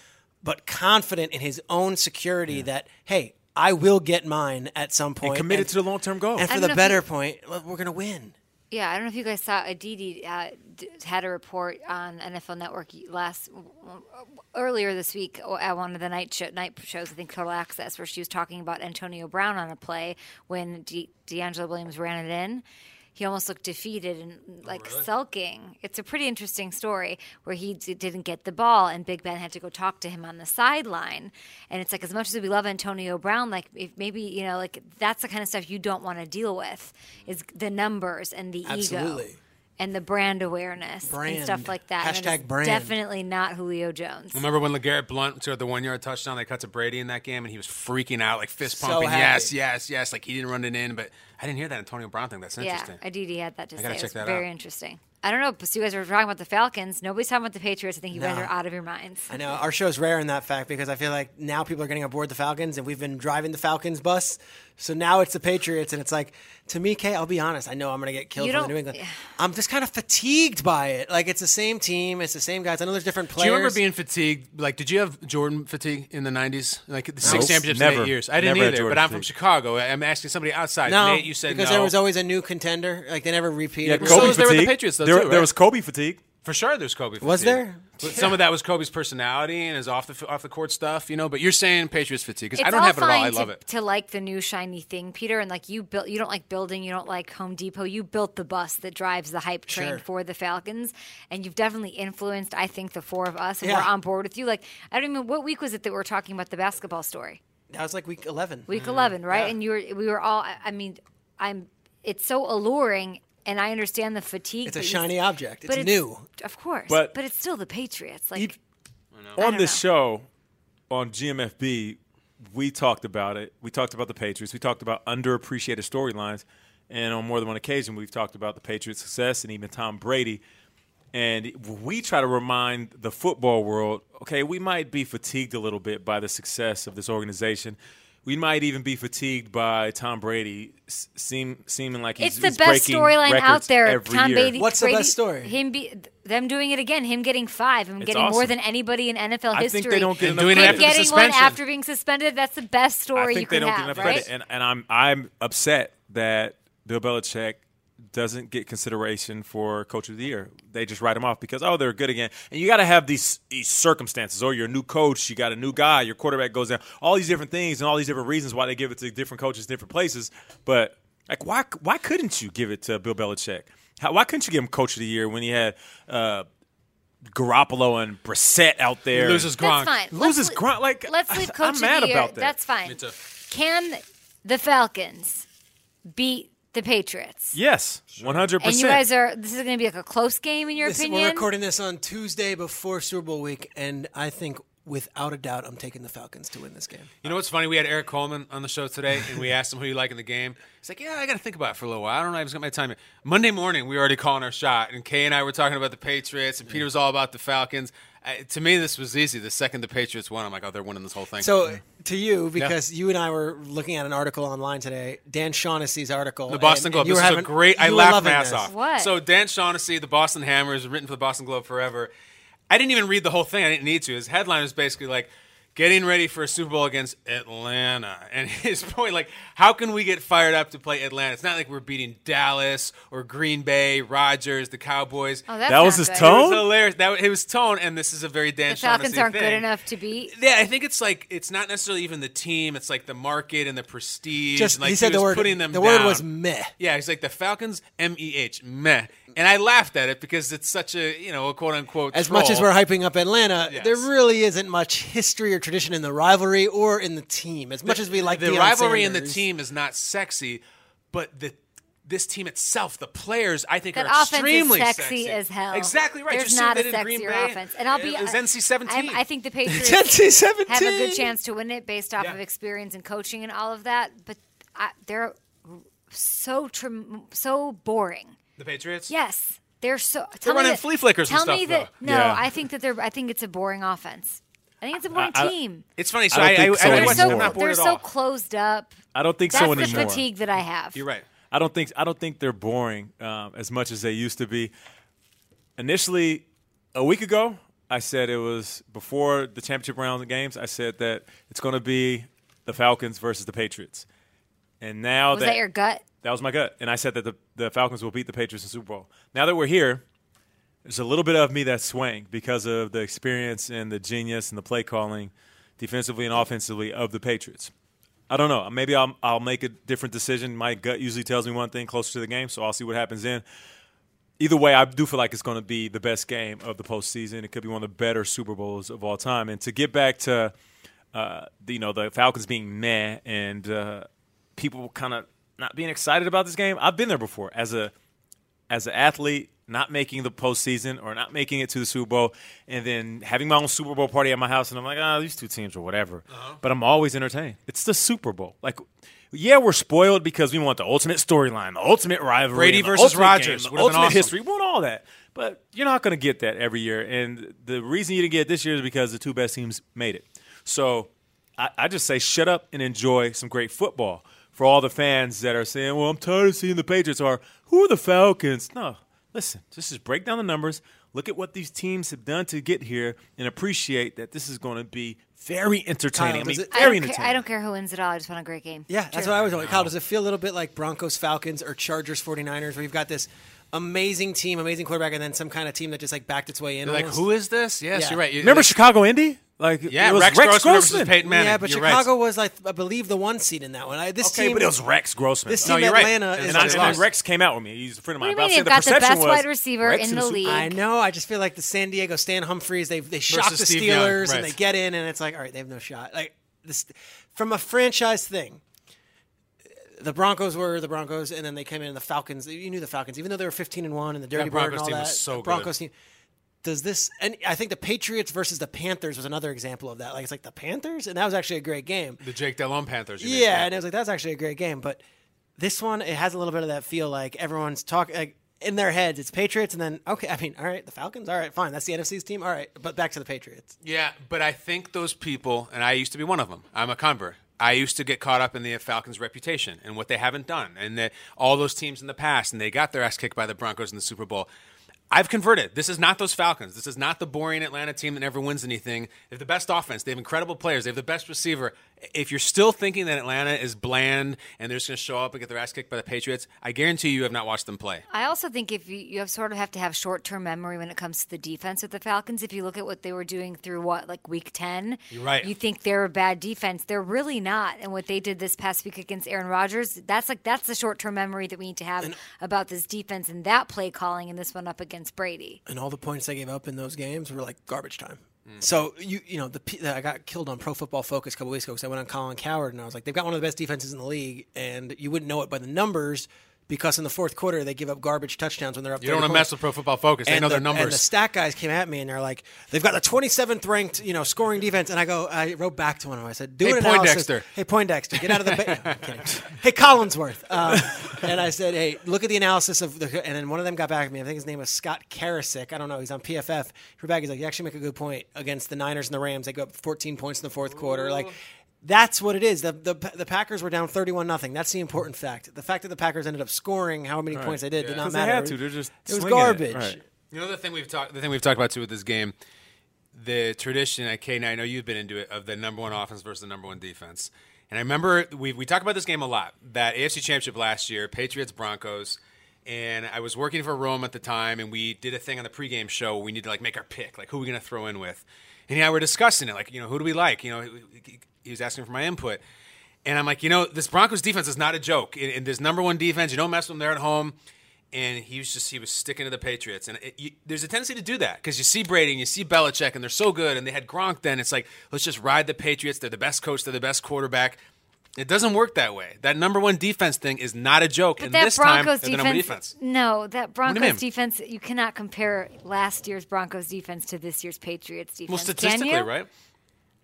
Speaker 3: but confident in his own security that, hey, I will get mine at some point.
Speaker 5: committed to the long-term goal.
Speaker 3: And
Speaker 2: I
Speaker 3: for
Speaker 2: don't
Speaker 3: the
Speaker 2: know if
Speaker 3: better point, well, we're going to win.
Speaker 2: Yeah, I don't know if you guys saw Aditi uh, d- had a report on NFL Network last earlier this week oh, at one of the night show, night shows, I think Total Access, where she was talking about Antonio Brown on a play when De- D'Angelo Williams ran it in. He almost looked defeated
Speaker 3: Oh,
Speaker 2: and like sulking. It's a pretty interesting story where he d- didn't get the ball, and Big Ben had to go talk to him on the sideline. And it's like, as much as we love Antonio Brown, like if maybe you know, like that's the kind of stuff you don't want to deal with is the numbers and the ego
Speaker 3: Absolutely.
Speaker 2: and the brand awareness and stuff
Speaker 3: Brand.
Speaker 2: like that. And it
Speaker 3: Hashtag
Speaker 2: is
Speaker 3: brand.
Speaker 2: Definitely not Julio Jones.
Speaker 4: Remember when LeGarrette Blunt scored the one yard touchdown? They cut to Brady in that game, and he was freaking out, like fist
Speaker 3: So
Speaker 4: pumping.
Speaker 3: happy.
Speaker 4: Yes, yes, yes. Like he didn't run it in, but I didn't hear that Antonio Brown thing. That's
Speaker 2: Yeah,
Speaker 4: interesting.
Speaker 2: Aditi had that to say.
Speaker 4: gotta
Speaker 2: It
Speaker 4: check
Speaker 2: was
Speaker 4: that
Speaker 2: very
Speaker 4: out.
Speaker 2: interesting. I don't know, but you guys were talking about the Falcons. Nobody's talking about the Patriots. I think you guys
Speaker 3: No.
Speaker 2: are out of your minds.
Speaker 3: I know our show's rare in that fact because I feel like now people are getting aboard the Falcons and we've been driving the Falcons bus. So now it's the Patriots and it's like to me, Kay, I'll be honest, I know I'm gonna get killed
Speaker 2: You
Speaker 3: from the
Speaker 2: don't-
Speaker 3: New England. I'm just kind of fatigued by it. Like it's the same team, it's the same guys. I know there's different players.
Speaker 4: Do you remember being fatigued? Like, did you have Jordan fatigue in the '90s? Like the six
Speaker 5: Nope.
Speaker 4: championships in
Speaker 5: Never.
Speaker 4: eight years. I didn't
Speaker 5: Never had
Speaker 4: either. But
Speaker 5: Jordan
Speaker 4: I'm from
Speaker 5: fatigue.
Speaker 4: Chicago. I- I'm asking somebody outside.
Speaker 3: no,
Speaker 4: Nate, you said
Speaker 3: because
Speaker 4: no.
Speaker 3: there was always a new contender. Like they never repeated.
Speaker 5: yeah,
Speaker 3: Well,
Speaker 5: Kobe
Speaker 3: so-
Speaker 4: was there with the
Speaker 5: fatigue.
Speaker 4: Patriots, though,
Speaker 5: there,
Speaker 4: too,
Speaker 5: there
Speaker 4: right?
Speaker 5: was Kobe fatigue.
Speaker 4: For sure, there's Kobe. Fatigue.
Speaker 3: Was there?
Speaker 4: But Some of that was Kobe's personality and his off the off the court stuff, you know. But you're saying Patriots fatigue because I
Speaker 2: It's
Speaker 4: don't
Speaker 2: all
Speaker 4: have it at all.
Speaker 2: fine
Speaker 4: I love
Speaker 2: to,
Speaker 4: it.
Speaker 2: to like the new shiny thing, Peter, and like you built. You don't like building. You don't like Home Depot. You built the bus that drives the hype train
Speaker 3: Sure.
Speaker 2: for the Falcons, and you've definitely influenced. I think the four of us, and
Speaker 3: Yeah.
Speaker 2: we're on board with you. Like I don't even. What week was it that we were talking about the basketball story?
Speaker 3: that was like week eleven.
Speaker 2: week
Speaker 4: Mm,
Speaker 2: 11 right and you were we were all I- i mean i'm it's so alluring and i understand the fatigue
Speaker 3: it's a
Speaker 2: but you-
Speaker 3: shiny object. It's
Speaker 2: but
Speaker 3: new.
Speaker 2: of course
Speaker 5: But-
Speaker 2: but, it's still the patriots like
Speaker 5: on
Speaker 2: don't
Speaker 5: this show on GMFB, we talked about it. We talked about the Patriots. We talked about underappreciated storylines, and on more than one occasion, we've talked about the Patriots' success and even Tom Brady. And we try to remind the football world, okay, we might be fatigued a little bit by the success of this organization. We might even be fatigued by Tom Brady s- seem, seeming like he's
Speaker 2: it's the
Speaker 5: he's
Speaker 2: best
Speaker 5: breaking
Speaker 2: storyline out
Speaker 5: records
Speaker 2: there
Speaker 5: every
Speaker 2: tom
Speaker 5: year.
Speaker 2: brady
Speaker 3: What's the
Speaker 2: Brady-
Speaker 3: best story?
Speaker 2: him be them doing it again him getting five him
Speaker 5: It's
Speaker 2: getting more
Speaker 5: awesome.
Speaker 2: than anybody in nfl
Speaker 5: I
Speaker 2: history
Speaker 5: think they don't get
Speaker 4: And
Speaker 5: enough
Speaker 4: doing it
Speaker 2: him
Speaker 4: after the
Speaker 5: credit.
Speaker 2: getting one
Speaker 4: suspension.
Speaker 2: after being suspended that's the best story
Speaker 5: I think
Speaker 2: you
Speaker 5: they
Speaker 2: can
Speaker 5: don't
Speaker 2: have
Speaker 5: get enough
Speaker 2: right
Speaker 5: credit, and, and I'm I'm upset that Bill Belichick doesn't get consideration for Coach of the Year. They just write him off because oh they're good again. And you got to have these, these circumstances, or you're a new coach, you got a new guy, your quarterback goes down, all these different things, and all these different reasons why they give it to different coaches, different places. But like why why couldn't you give it to Bill Belichick? How, why couldn't you give him Coach of the Year when he had? Uh, Garoppolo and Brissett out there
Speaker 4: Loses
Speaker 2: that's
Speaker 4: Gronk.
Speaker 2: fine
Speaker 5: loses
Speaker 2: Let's-
Speaker 5: grunt like
Speaker 2: Let's
Speaker 5: I-
Speaker 2: leave
Speaker 5: I'm
Speaker 2: coach
Speaker 5: mad
Speaker 2: of the year.
Speaker 5: about that.
Speaker 2: That's fine.
Speaker 4: Me too.
Speaker 2: Can the Falcons beat the Patriots?
Speaker 5: Yes, one hundred
Speaker 2: And
Speaker 5: percent.
Speaker 2: you guys are. This is going to be like a close game, in your
Speaker 3: This-
Speaker 2: opinion.
Speaker 3: we're recording this on Tuesday before Super Bowl week, and I think without a doubt, I'm taking the Falcons to win this game.
Speaker 4: You know what's funny? We had Eric Coleman on the show today, and we asked him who you like in the game. He's like, "Yeah, I got to think about it for a little while. I don't know. I just got my time." yet." Monday morning, we were already calling our shot, and Kay and I were talking about the Patriots, and Peter was all about the Falcons. I, to me, this was easy. The second the Patriots won, I'm like, "Oh, they're winning this whole thing."
Speaker 3: So to you, because you and I were looking at an article online today, Dan Shaughnessy's article.
Speaker 4: The Boston
Speaker 3: and-
Speaker 4: Globe.
Speaker 3: and you
Speaker 4: this
Speaker 3: were
Speaker 4: is a
Speaker 3: having-
Speaker 4: great. I
Speaker 3: you were
Speaker 4: laughed my
Speaker 3: loving
Speaker 4: ass
Speaker 3: this.
Speaker 4: off.
Speaker 2: What?
Speaker 4: So Dan Shaughnessy, the Boston Hammer, has written for the Boston Globe forever. I didn't even read the whole thing. I didn't need to. His headline was basically like, getting ready for a Super Bowl against Atlanta. And his point, like, how can we get fired up to play Atlanta? It's not like we're beating Dallas or Green Bay, Rodgers, the Cowboys.
Speaker 2: Oh,
Speaker 4: It
Speaker 2: that's
Speaker 5: That was
Speaker 2: not
Speaker 5: his
Speaker 2: good.
Speaker 5: tone?
Speaker 4: was hilarious. That it was tone, and this is a very Dan
Speaker 2: The Falcons
Speaker 4: Shaughnessy
Speaker 2: aren't good
Speaker 4: thing.
Speaker 2: enough to beat.
Speaker 4: Yeah, I think it's like it's not necessarily even the team; it's like the market and the prestige.
Speaker 3: Just
Speaker 4: and like
Speaker 3: he said the
Speaker 4: was
Speaker 3: word.
Speaker 4: putting them
Speaker 3: the word
Speaker 4: down.
Speaker 3: was meh.
Speaker 4: Yeah, he's like the Falcons, M E H, meh. And I laughed at it because it's such a you know a quote unquote.
Speaker 3: As much as we're hyping up Atlanta,
Speaker 4: Yes.
Speaker 3: there really isn't much history or tradition in the rivalry or in the team. As much as we like
Speaker 4: the
Speaker 3: Deion
Speaker 4: rivalry in the
Speaker 3: Sanders.
Speaker 4: team is not sexy, but the this team itself, the players, I think
Speaker 2: That
Speaker 4: are
Speaker 2: offense is
Speaker 4: extremely
Speaker 2: sexy as hell.
Speaker 4: Exactly right.
Speaker 2: There's
Speaker 4: Just
Speaker 2: not
Speaker 4: see
Speaker 2: a
Speaker 4: that in Green
Speaker 2: sexier
Speaker 4: Bay,
Speaker 2: offense. And I'll be uh,
Speaker 4: it was NC seventeen.
Speaker 2: I'm- I think the Patriots have a good
Speaker 3: 17.
Speaker 2: chance to win it based off
Speaker 4: Yeah.
Speaker 2: of experience and coaching and all of that. But I, they're so trim, so boring.
Speaker 4: the Patriots.
Speaker 2: Yes, they're so. Tell me
Speaker 4: running
Speaker 2: that-
Speaker 4: flea flickers and
Speaker 2: Tell me
Speaker 4: stuff,
Speaker 2: that
Speaker 4: though.
Speaker 2: no.
Speaker 5: Yeah.
Speaker 2: I think that they're. I think it's a boring offense. I think it's a boring
Speaker 5: I- I-
Speaker 2: team.
Speaker 4: It's funny. So
Speaker 5: I
Speaker 4: I,
Speaker 5: don't
Speaker 4: I,
Speaker 5: think so
Speaker 4: I,
Speaker 2: they're
Speaker 5: anymore.
Speaker 4: watched
Speaker 2: so
Speaker 4: them, I'm not bored
Speaker 2: they're
Speaker 4: at
Speaker 2: so
Speaker 4: all.
Speaker 2: closed up.
Speaker 5: I don't think
Speaker 2: That's
Speaker 5: so
Speaker 2: the
Speaker 5: anymore.
Speaker 2: fatigue that I have.
Speaker 4: You're right.
Speaker 5: I don't think I don't think they're boring um, as much as they used to be. Initially, a week ago, I said it was before the championship round of games. I said that it's going to be the Falcons versus the Patriots, and now
Speaker 2: Was that, your gut?
Speaker 5: that was my gut, and I said that the, the Falcons will beat the Patriots in Super Bowl. Now that we're here, there's a little bit of me that's swaying because of the experience and the genius and the play calling, defensively and offensively of the Patriots. I don't know. Maybe I'll, I'll make a different decision. My gut usually tells me one thing closer to the game, so I'll see what happens then. Either way, I do feel like it's going to be the best game of the postseason. It could be one of the better Super Bowls of all time. And to get back to, uh, the, you know, the Falcons being meh and uh, people kind of not being excited about this game, I've been there before as a as an athlete not making the postseason or not making it to the Super Bowl, and then having my own Super Bowl party at my house, and I'm like, ah, these two teams or whatever.
Speaker 4: Uh-huh.
Speaker 5: But I'm always entertained. It's the Super Bowl. Like, yeah, we're spoiled because we want the ultimate storyline, the ultimate rivalry,
Speaker 4: Brady
Speaker 5: and the
Speaker 4: versus
Speaker 5: ultimate
Speaker 4: Rodgers
Speaker 5: game,
Speaker 4: would've
Speaker 5: the
Speaker 4: been
Speaker 5: ultimate
Speaker 4: awesome.
Speaker 5: history. We want all that, but you're not going to get that every year. And the reason you didn't get it this year is because the two best teams made it. So I, I just say shut up and enjoy some great football. For all the fans that are saying, "Well, I'm tired of seeing the Patriots," or "Who are the Falcons?" No, listen. Just just break down the numbers. Look at what these teams have done to get here, and appreciate that this is going to be very entertaining.
Speaker 3: Kyle,
Speaker 5: I mean,
Speaker 3: does it-
Speaker 2: I
Speaker 5: very
Speaker 2: don't, care,
Speaker 5: entertaining.
Speaker 2: I don't care who wins it all. I just want a great game.
Speaker 3: Yeah, that's what I was like. Kyle, does it feel a little bit like Broncos, Falcons, or Chargers, 49ers, where you've got this amazing team, amazing quarterback, and then some kind of team that just like backed its way in?
Speaker 4: They're like,
Speaker 3: almost?
Speaker 4: who is this? Yes,
Speaker 3: Yeah.
Speaker 4: you're right. You-
Speaker 5: Remember
Speaker 4: like-
Speaker 5: Chicago Indy? Like
Speaker 4: Yeah,
Speaker 5: it was
Speaker 4: Rex, Grossman, versus Peyton Manning.
Speaker 3: Yeah, but
Speaker 4: You're right.
Speaker 3: Chicago was, I, I believe, the one seed in that one. I, this
Speaker 5: Okay,
Speaker 3: team,
Speaker 5: but it was Rex Grossman.
Speaker 3: This
Speaker 4: No,
Speaker 3: team,
Speaker 4: you're right.
Speaker 3: Atlanta,
Speaker 4: And
Speaker 3: is
Speaker 5: And, I,
Speaker 3: just
Speaker 5: and
Speaker 3: lost.
Speaker 5: then Rex came out with me. He's a friend of
Speaker 2: What do
Speaker 5: mine.
Speaker 2: you
Speaker 5: but
Speaker 2: mean
Speaker 5: I
Speaker 2: they've
Speaker 5: said
Speaker 2: got
Speaker 5: the
Speaker 2: the
Speaker 5: perception
Speaker 2: best
Speaker 5: was
Speaker 2: wide receiver in
Speaker 5: Rex is
Speaker 2: the
Speaker 5: a super-
Speaker 2: league?
Speaker 3: I know. I just feel like the San Diego Stan Humphreys. They they shock the
Speaker 4: Versus Steve Young,
Speaker 3: Steelers and
Speaker 4: right.
Speaker 3: they get in, and it's like, all right, they have no shot. Like this from a franchise thing. The Broncos were the Broncos, and then they came in. and The Falcons. You knew the Falcons, even though they were fifteen and one, and the Dirty
Speaker 4: That
Speaker 3: Bird and
Speaker 4: Broncos
Speaker 3: all
Speaker 4: team
Speaker 3: that.
Speaker 4: was so
Speaker 3: the Broncos team. Does this? And I think the Patriots versus the Panthers was another example of that. Like it's like the Panthers, and that was actually a great game.
Speaker 4: the Jake Delhomme Panthers. you mean.
Speaker 3: Yeah, and it was like that's actually a great game, but this one it has a little bit of that feel like everyone's talking like in their heads it's Patriots and then okay, I mean, all right, the Falcons, all right, fine, that's the NFC's team, all right, but back to the Patriots.
Speaker 4: Yeah, but I think those people, and I used to be one of them. I'm a convert. I used to get caught up in the Falcons' reputation and what they haven't done, and that all those teams in the past, and they got their ass kicked by the Broncos in the Super Bowl. I've converted. This is not those Falcons. This is not the boring Atlanta team that never wins anything. They have the best offense. They have incredible players. They have the best receiver. If you're still thinking that Atlanta is bland and they're just going to show up and get their ass kicked by the Patriots, I guarantee you have not watched them play.
Speaker 2: I also think if you, you have sort of have to have short term memory when it comes to the defense with the Falcons. If you look at what they were doing through what like week ten,
Speaker 4: You're right.
Speaker 2: You think they're a bad defense? They're really not. And what they did this past week against Aaron Rodgers, that's like that's the short term memory that we need to have about this defense and that play calling and this one up against Brady.
Speaker 3: And all the points they gave up in those games were like garbage time.
Speaker 4: Mm.
Speaker 3: So you you know the P- I got killed on Pro Football Focus a couple weeks ago because I went on Colin Coward and I was like they've got one of the best defenses in the league and you wouldn't know it by the numbers because in the fourth quarter they give up garbage touchdowns when they're up.
Speaker 4: You don't want to mess with Pro Football Focus. They know their
Speaker 3: the,
Speaker 4: numbers.
Speaker 3: And the stat guys came at me and they're like, they've got the 27th ranked, you know, scoring defense. And I go, I wrote back to one of them. I said, do
Speaker 4: Hey,
Speaker 3: an analysis.
Speaker 4: Poindexter.
Speaker 3: Hey, Poindexter, get out of the. Ba- No, I'm kidding. hey, Collinsworth. Um, and I said, hey, look at the analysis of the. And then one of them got back at me. I think his name was Scott Karasik. I don't know. He's on PFF. He wrote back. He's like, you actually make a good point against the Niners and the Rams. They go up 14 points in the fourth quarter. Like. That's what it is. The, the the Packers were down thirty-one nothing. That's the important fact. The fact that the Packers ended up scoring how many points they did did not
Speaker 5: Because they
Speaker 3: matter.
Speaker 5: had to. They're just
Speaker 3: it was
Speaker 5: slinging it.
Speaker 3: garbage.
Speaker 5: Right.
Speaker 4: You know the thing we've talked the thing we've talked about too with this game. the tradition at K9. I know you've been into it of the number one offense versus the number one defense. And I remember we we talked about this game a lot. That AFC Championship last year, Patriots Broncos. And I was working for Rome at the time, and we did a thing on the pregame show. Where we need to like make our pick, like who are we going to throw in with. And yeah, we're discussing it, like you know who do we like? You know, he- he- he was asking for my input. And I'm like, you know, this Broncos defense is not a joke. And, and this number one defense, you don't mess with them. They're at home. And he was just, he was sticking to the Patriots. And it, you, there's a tendency to do that because you see Brady and you see Belichick and they're so good. And they had Gronk then. It's like, let's just ride the Patriots. They're the best coach. They're the best quarterback. It doesn't work that way. That number one defense thing is not a joke.
Speaker 2: But
Speaker 4: and
Speaker 2: that
Speaker 4: this
Speaker 2: Broncos
Speaker 4: time, they're the number
Speaker 2: defense,
Speaker 4: one defense.
Speaker 2: No, that
Speaker 4: do you
Speaker 2: Broncos
Speaker 4: mean?
Speaker 2: defense, you cannot compare last year's Broncos defense to this year's Patriots defense.
Speaker 4: Well,
Speaker 2: can
Speaker 4: statistically,
Speaker 2: you?
Speaker 4: right?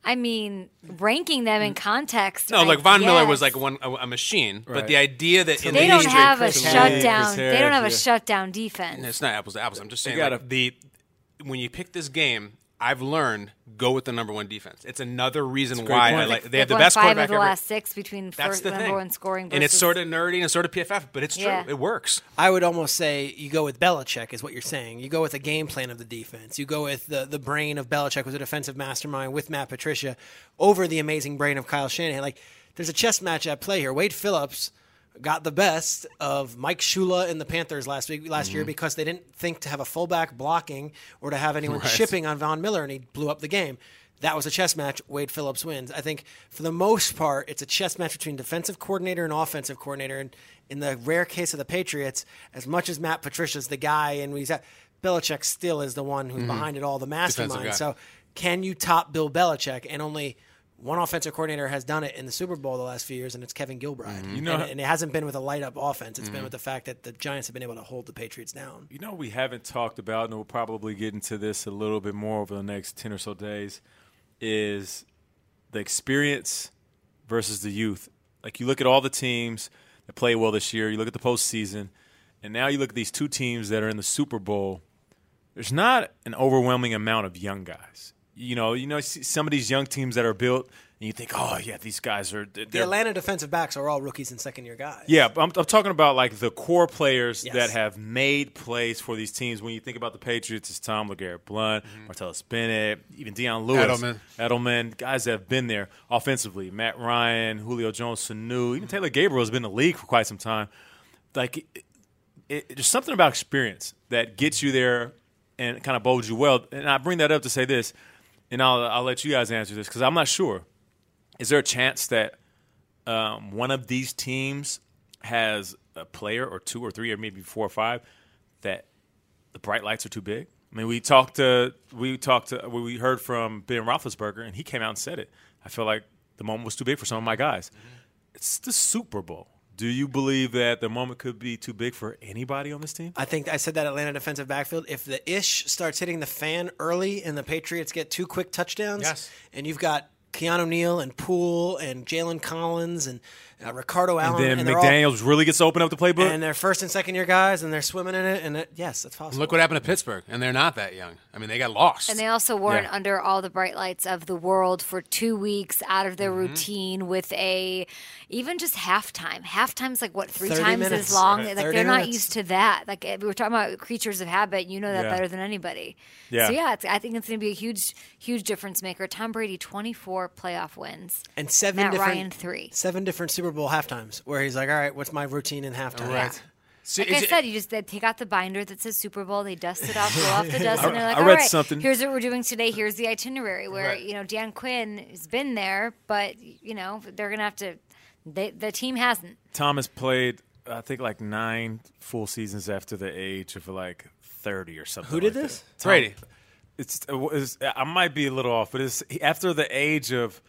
Speaker 2: I mean, ranking them in context.
Speaker 4: No,
Speaker 2: I
Speaker 4: like Von Miller
Speaker 2: guess.
Speaker 4: was like one a, a machine, but
Speaker 5: Right.
Speaker 4: the idea that in
Speaker 2: They
Speaker 4: the
Speaker 2: don't
Speaker 4: history,
Speaker 2: have a
Speaker 4: Chris Mann-
Speaker 5: Harris,
Speaker 2: shutdown.
Speaker 5: Chris
Speaker 2: They don't have a
Speaker 5: Harris,
Speaker 2: shutdown defense.
Speaker 4: No, It's not apples to apples. I'm just saying
Speaker 5: gotta-
Speaker 4: like, the when you pick this game, I've learned go with the number one defense. It's another reason
Speaker 5: great
Speaker 4: why I
Speaker 5: point.
Speaker 4: like they have the
Speaker 2: won
Speaker 4: best
Speaker 2: five
Speaker 4: quarterback
Speaker 2: of the
Speaker 4: ever.
Speaker 2: last six between
Speaker 4: That's
Speaker 2: first
Speaker 4: the
Speaker 2: number
Speaker 4: thing.
Speaker 2: one scoring. Versus,
Speaker 4: and it's sort of nerdy and it's sort of PFF, but it's true.
Speaker 2: Yeah.
Speaker 4: It works.
Speaker 3: I would almost say you go with Belichick is what you're saying. You go with a game plan of the defense. You go with the, the brain of Belichick was a defensive mastermind with Matt Patricia over the amazing brain of Kyle Shanahan. Like there's a chess match at play here. Wade Phillips got the best of Mike Shula and the Panthers last week last year because they didn't think to have a fullback blocking or to have anyone shipping on Von Miller and he blew up the game. That was a chess match. Wade Phillips wins. I think for the most part, it's a chess match between defensive coordinator and offensive coordinator. And in the rare case of the Patriots, as much as Matt Patricia's the guy, and we said Belichick still is the one who's behind it all, the mastermind.
Speaker 4: guy.
Speaker 3: So can you top Bill Belichick? And only one offensive coordinator has done it in the Super Bowl the last few years, and it's Kevin Gilbride. You know, and, and it hasn't been with a light up offense. It's been with the fact that the Giants have been able to hold the Patriots down.
Speaker 5: You know, we haven't talked about, and we'll probably get into this a little bit more over the next 10 or so days, is the experience versus the youth. Like, you look at all the teams that play well this year, you look at the postseason, and now you look at these two teams that are in the Super Bowl. There's not an overwhelming amount of young guys. You know, you know s- some of these young teams that are built, and you think, oh, yeah, these guys are. they're-
Speaker 3: The Atlanta defensive backs are all rookies and second year guys.
Speaker 5: yeah, but I'm, I'm talking about like the core players
Speaker 3: Yes.
Speaker 5: that have made plays for these teams. When you think about the Patriots, it's Tom LeGarrette Blunt, Martellus Bennett, even Deion Lewis,
Speaker 4: Edelman.
Speaker 5: Edelman, guys that have been there offensively. Matt Ryan, Julio Jones, Sanu, even Taylor Gabriel has been in the league for quite some time. Like, it, it, there's something about experience that gets you there and kind of bodes you well. And I bring that up to say this, and I'll, I'll let you guys answer this because I'm not sure. Is there a chance that um, one of these teams has a player or two or three or maybe four or five that the bright lights are too big. I mean, we talked to we talked to we heard from Ben Roethlisberger, and he came out and said it. I feel like the moment was too big for some of my guys. It's the Super Bowl. Do you believe that the moment could be too big for anybody on this team?
Speaker 3: I think I said that Atlanta defensive backfield. If the ish starts hitting the fan early and the Patriots get two quick touchdowns,
Speaker 4: Yes.
Speaker 3: and you've got Keanu Neal and Poole and Jalen Collins and uh, Ricardo Allen,
Speaker 5: then
Speaker 3: and they're all-
Speaker 5: McDaniel's really gets to open up the playbook.
Speaker 3: and they're first and second year guys, and they're swimming in it. And it, yes, that's possible.
Speaker 4: Look what happened to Pittsburgh, and they're not that young. I mean, they got lost.
Speaker 2: And they also weren't
Speaker 5: Yeah.
Speaker 2: under all the bright lights of the world for two weeks out of their
Speaker 4: Mm-hmm.
Speaker 2: routine with a even just halftime. Halftime's like what three
Speaker 3: 30
Speaker 2: times
Speaker 3: minutes.
Speaker 2: as long.
Speaker 3: Right.
Speaker 2: Like
Speaker 3: 30
Speaker 2: they're not
Speaker 3: minutes.
Speaker 2: used to that. Like eh, we were talking about creatures of habit. You know that
Speaker 5: Yeah.
Speaker 2: better than anybody.
Speaker 5: Yeah.
Speaker 2: So yeah, it's, I think it's going to be a huge, huge difference maker. Tom Brady, twenty four playoff wins.
Speaker 3: and seven
Speaker 2: Matt
Speaker 3: different
Speaker 2: Ryan, three.
Speaker 3: seven different Super Bowl halftimes where he's like, all right, what's my routine in halftime?
Speaker 2: Yeah.
Speaker 4: See,
Speaker 2: Like I
Speaker 4: is it-
Speaker 2: said, you just they take out the binder that says Super Bowl, they dust it off, blow off the dust, and they're like,
Speaker 5: I
Speaker 2: "All
Speaker 5: read
Speaker 2: right,
Speaker 5: something."
Speaker 2: Here's what we're doing today. Here's the itinerary." Where
Speaker 4: Right.
Speaker 2: you know Dan Quinn has been there, but you know they're gonna have to. They, the team hasn't.
Speaker 5: Thomas played, I think, like nine full seasons after the age of like thirty or something.
Speaker 3: Who did
Speaker 5: like
Speaker 3: this?
Speaker 5: that. Tom-
Speaker 4: Brady.
Speaker 5: It's, it's I might be a little off, but it's after the age of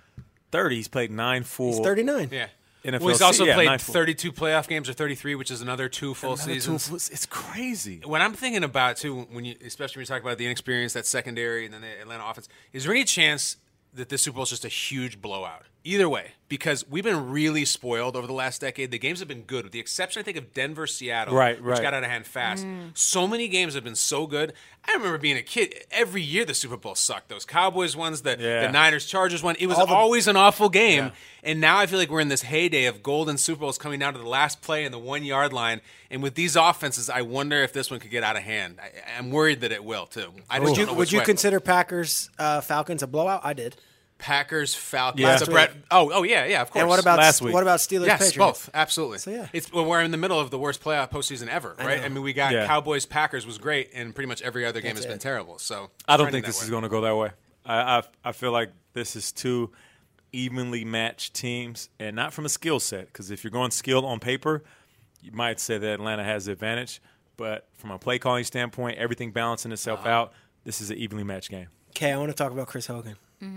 Speaker 5: thirty. He's played nine full.
Speaker 3: He's thirty nine.
Speaker 4: Yeah.
Speaker 5: NFL
Speaker 4: well, he's also
Speaker 5: se- yeah, nine
Speaker 4: played
Speaker 5: full.
Speaker 4: 32 playoff games or 33, which is another two full
Speaker 5: Another two
Speaker 4: seasons.
Speaker 5: full- It's crazy.
Speaker 4: What I'm thinking about too, when you, especially when you talk about the inexperience, that secondary, and then the Atlanta offense, is there any chance that this Super Bowl is just a huge blowout? Either way, because we've been really spoiled over the last decade. The games have been good, with the exception, I think, of Denver, Seattle,
Speaker 5: Right,
Speaker 4: which
Speaker 5: right.
Speaker 4: got out of hand fast. So many games have been so good. I remember being a kid. Every year the Super Bowl sucked. Those Cowboys ones, the,
Speaker 5: Yeah.
Speaker 4: the Niners, Chargers one. It was
Speaker 3: All the-
Speaker 4: always an awful game. And now I feel like we're in this heyday of golden Super Bowls coming down to the last play and the one yard line. And with these offenses, I wonder if this one could get out of hand. I, I'm worried that it will too. I just
Speaker 3: Would
Speaker 4: don't
Speaker 3: you
Speaker 4: know
Speaker 3: would
Speaker 4: which
Speaker 3: you
Speaker 4: way.
Speaker 3: consider Packers uh, Falcons a blowout? I did.
Speaker 4: Packers, Falcons.
Speaker 5: Yeah.
Speaker 4: That's a Brett- oh, oh yeah, yeah, of course.
Speaker 3: And what about
Speaker 5: last week.
Speaker 3: what about Steelers?
Speaker 4: Yes,
Speaker 3: Patriots?
Speaker 4: both absolutely. So
Speaker 3: yeah.
Speaker 4: it's well, we're in the middle of the worst playoff postseason ever, right? I, mean, we got
Speaker 5: Yeah.
Speaker 4: Cowboys, Packers was great, and pretty much every other game has been terrible. So
Speaker 5: I don't
Speaker 4: trending
Speaker 5: think
Speaker 4: that
Speaker 5: this is
Speaker 4: way.
Speaker 5: going to go that way. I, I I feel like this is two evenly matched teams, and not from a skill set. Because if you're going skill on paper, you might say that Atlanta has the advantage. But from a play calling standpoint, everything balancing itself out, this is an evenly matched game.
Speaker 3: Okay, I want to talk about Chris Hogan.
Speaker 2: Mm-hmm.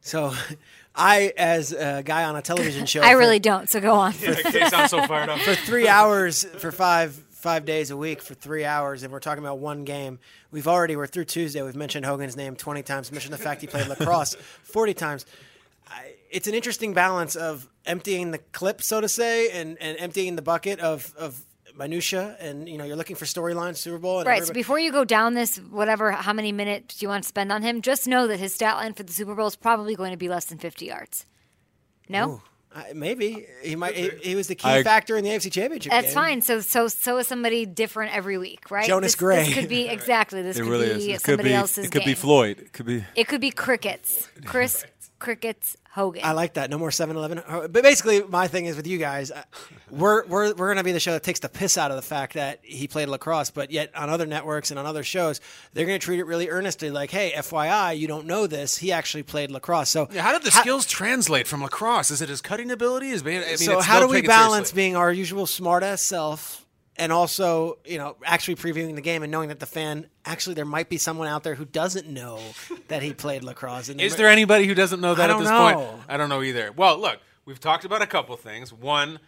Speaker 3: So, I as a guy on a television show,
Speaker 2: I
Speaker 3: for-
Speaker 2: really don't. So go on.
Speaker 4: Okay, sounds so fired up.
Speaker 3: for three hours for five five days a week for three hours, and we're talking about one game. We've already we're through Tuesday. We've mentioned Hogan's name twenty times. Mentioned the fact he played lacrosse forty times. I, it's an interesting balance of emptying the clip, so to say, and, and emptying the bucket of of minutia, and you know you're looking for storylines, Super Bowl, and
Speaker 2: Right. So
Speaker 3: everybody-
Speaker 2: before you go down this, whatever, how many minutes you want to spend on him, just know that his stat line for the Super Bowl is probably going to be less than 50 yards. No?
Speaker 3: I, maybe he might. He, he was the key
Speaker 5: I-
Speaker 3: factor in the AFC Championship.
Speaker 2: That's
Speaker 3: game.
Speaker 2: fine. So, so, so is somebody different every week, right?
Speaker 3: Jonas
Speaker 2: This-
Speaker 3: Gray.
Speaker 2: This could be exactly. This
Speaker 5: It
Speaker 2: could
Speaker 5: really
Speaker 2: be
Speaker 5: is. It could
Speaker 2: somebody
Speaker 5: be.
Speaker 2: else's.
Speaker 5: It could be
Speaker 2: game.
Speaker 5: Floyd. It could be.
Speaker 2: It could be crickets. Chris crickets Hogan.
Speaker 3: I like that. No more 7-Eleven. But basically, my thing is with you guys, uh, we're we're we're gonna be the show that takes the piss out of the fact that he played lacrosse. But yet, on other networks and on other shows, they're gonna treat it really earnestly, like, "Hey, FYI, you don't know this. He actually played lacrosse." So
Speaker 4: Yeah, how did the skills translate from lacrosse? Is it his cutting ability? Is being, I mean,
Speaker 3: so
Speaker 4: it's-
Speaker 3: how do
Speaker 4: they'll
Speaker 3: we
Speaker 4: take it
Speaker 3: balance
Speaker 4: seriously.
Speaker 3: being our usual smart ass self and also you know actually previewing the game and knowing that the fan actually there might be someone out there who doesn't know that he played lacrosse and they
Speaker 4: Is
Speaker 3: might-
Speaker 4: there anybody who doesn't know that
Speaker 3: I
Speaker 4: at
Speaker 3: don't
Speaker 4: this
Speaker 3: know.
Speaker 4: point? I don't know either. Well, look, we've talked about a couple things. One,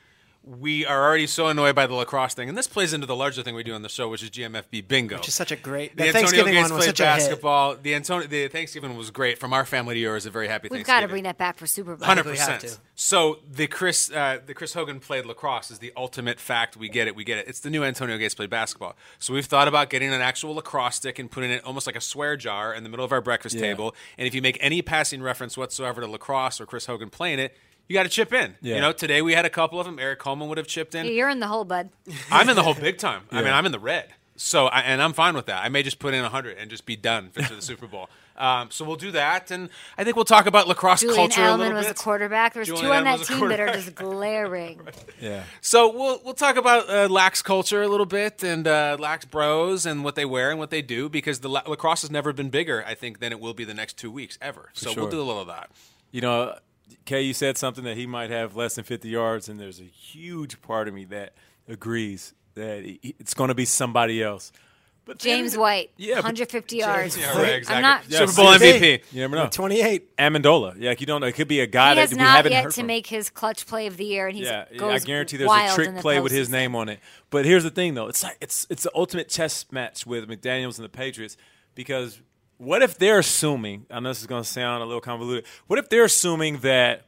Speaker 4: we are already so annoyed by the lacrosse thing, and this plays into the larger thing we do on the show, which is GMFB Bingo,
Speaker 3: which is such a great
Speaker 4: The
Speaker 3: the
Speaker 4: Antonio
Speaker 3: Thanksgiving
Speaker 4: Gates
Speaker 3: one was
Speaker 4: played
Speaker 3: such a hit.
Speaker 4: basketball. The Antonio, the Thanksgiving was great. From our family to yours, a very happy
Speaker 2: We've got to
Speaker 4: Thanksgiving.
Speaker 2: bring that back for Super Bowl.
Speaker 4: Hundred
Speaker 3: we have to.
Speaker 4: percent. So the Chris, uh, the Chris Hogan played lacrosse is the ultimate fact. We get it. We get it. It's the new Antonio Gates played basketball. So we've thought about getting an actual lacrosse stick and putting it almost like a swear jar in the middle of our breakfast table. And if you make any passing reference whatsoever to lacrosse or Chris Hogan playing it, you got to chip in.
Speaker 5: Yeah.
Speaker 4: You know, today we had a couple of them. Eric Coleman would have chipped in.
Speaker 2: You're in the hole, bud.
Speaker 4: I'm in the whole big time. I mean, I'm in the red. So, I, and I'm fine with that. I may just put in 100 and just be done for for the Super Bowl. Um, so we'll do that, and I think we'll talk about lacrosse
Speaker 2: Julian
Speaker 4: culture a
Speaker 2: Edelman
Speaker 4: little
Speaker 2: was a
Speaker 4: bit.
Speaker 2: quarterback. There's
Speaker 4: Julian
Speaker 2: two on
Speaker 4: Edelman
Speaker 2: that
Speaker 4: was a
Speaker 2: team that are
Speaker 4: quarterback.
Speaker 2: just glaring.
Speaker 5: Yeah.
Speaker 4: So we'll we'll talk about uh, lax culture a little bit and uh, lax bros and what they wear and what they do because the la- lacrosse has never been bigger, I think, than it will be the next two weeks ever. so
Speaker 5: sure.
Speaker 4: we'll do a little of that.
Speaker 5: You know, Kay, you said something that he might have less than 50 yards, and there's a huge part of me that agrees that he- it's going to be somebody else. But then-
Speaker 2: James White,
Speaker 5: Yeah, but-
Speaker 2: 150 yards.
Speaker 4: Yeah, right, exactly.
Speaker 2: I'm not.
Speaker 5: Yeah,
Speaker 4: Super Bowl
Speaker 5: see,
Speaker 4: MVP.
Speaker 5: You never know.
Speaker 3: twenty eight.
Speaker 5: Amendola. Yeah, like you don't know. It could be a guy
Speaker 2: He
Speaker 5: that
Speaker 2: has
Speaker 5: we
Speaker 2: not
Speaker 5: haven't
Speaker 2: yet
Speaker 5: heard
Speaker 2: to
Speaker 5: from.
Speaker 2: make his clutch play of the year, and he's
Speaker 5: yeah, yeah, I
Speaker 2: goes
Speaker 5: guarantee there's
Speaker 2: wild
Speaker 5: a
Speaker 2: in
Speaker 5: trick
Speaker 2: the
Speaker 5: play with his
Speaker 2: postseason.
Speaker 5: name on it. But here's the thing, though. It's like it's it's the ultimate chess match with McDaniel's and the Patriots because what if they're assuming? I know this is going to sound a little convoluted. What if they're assuming that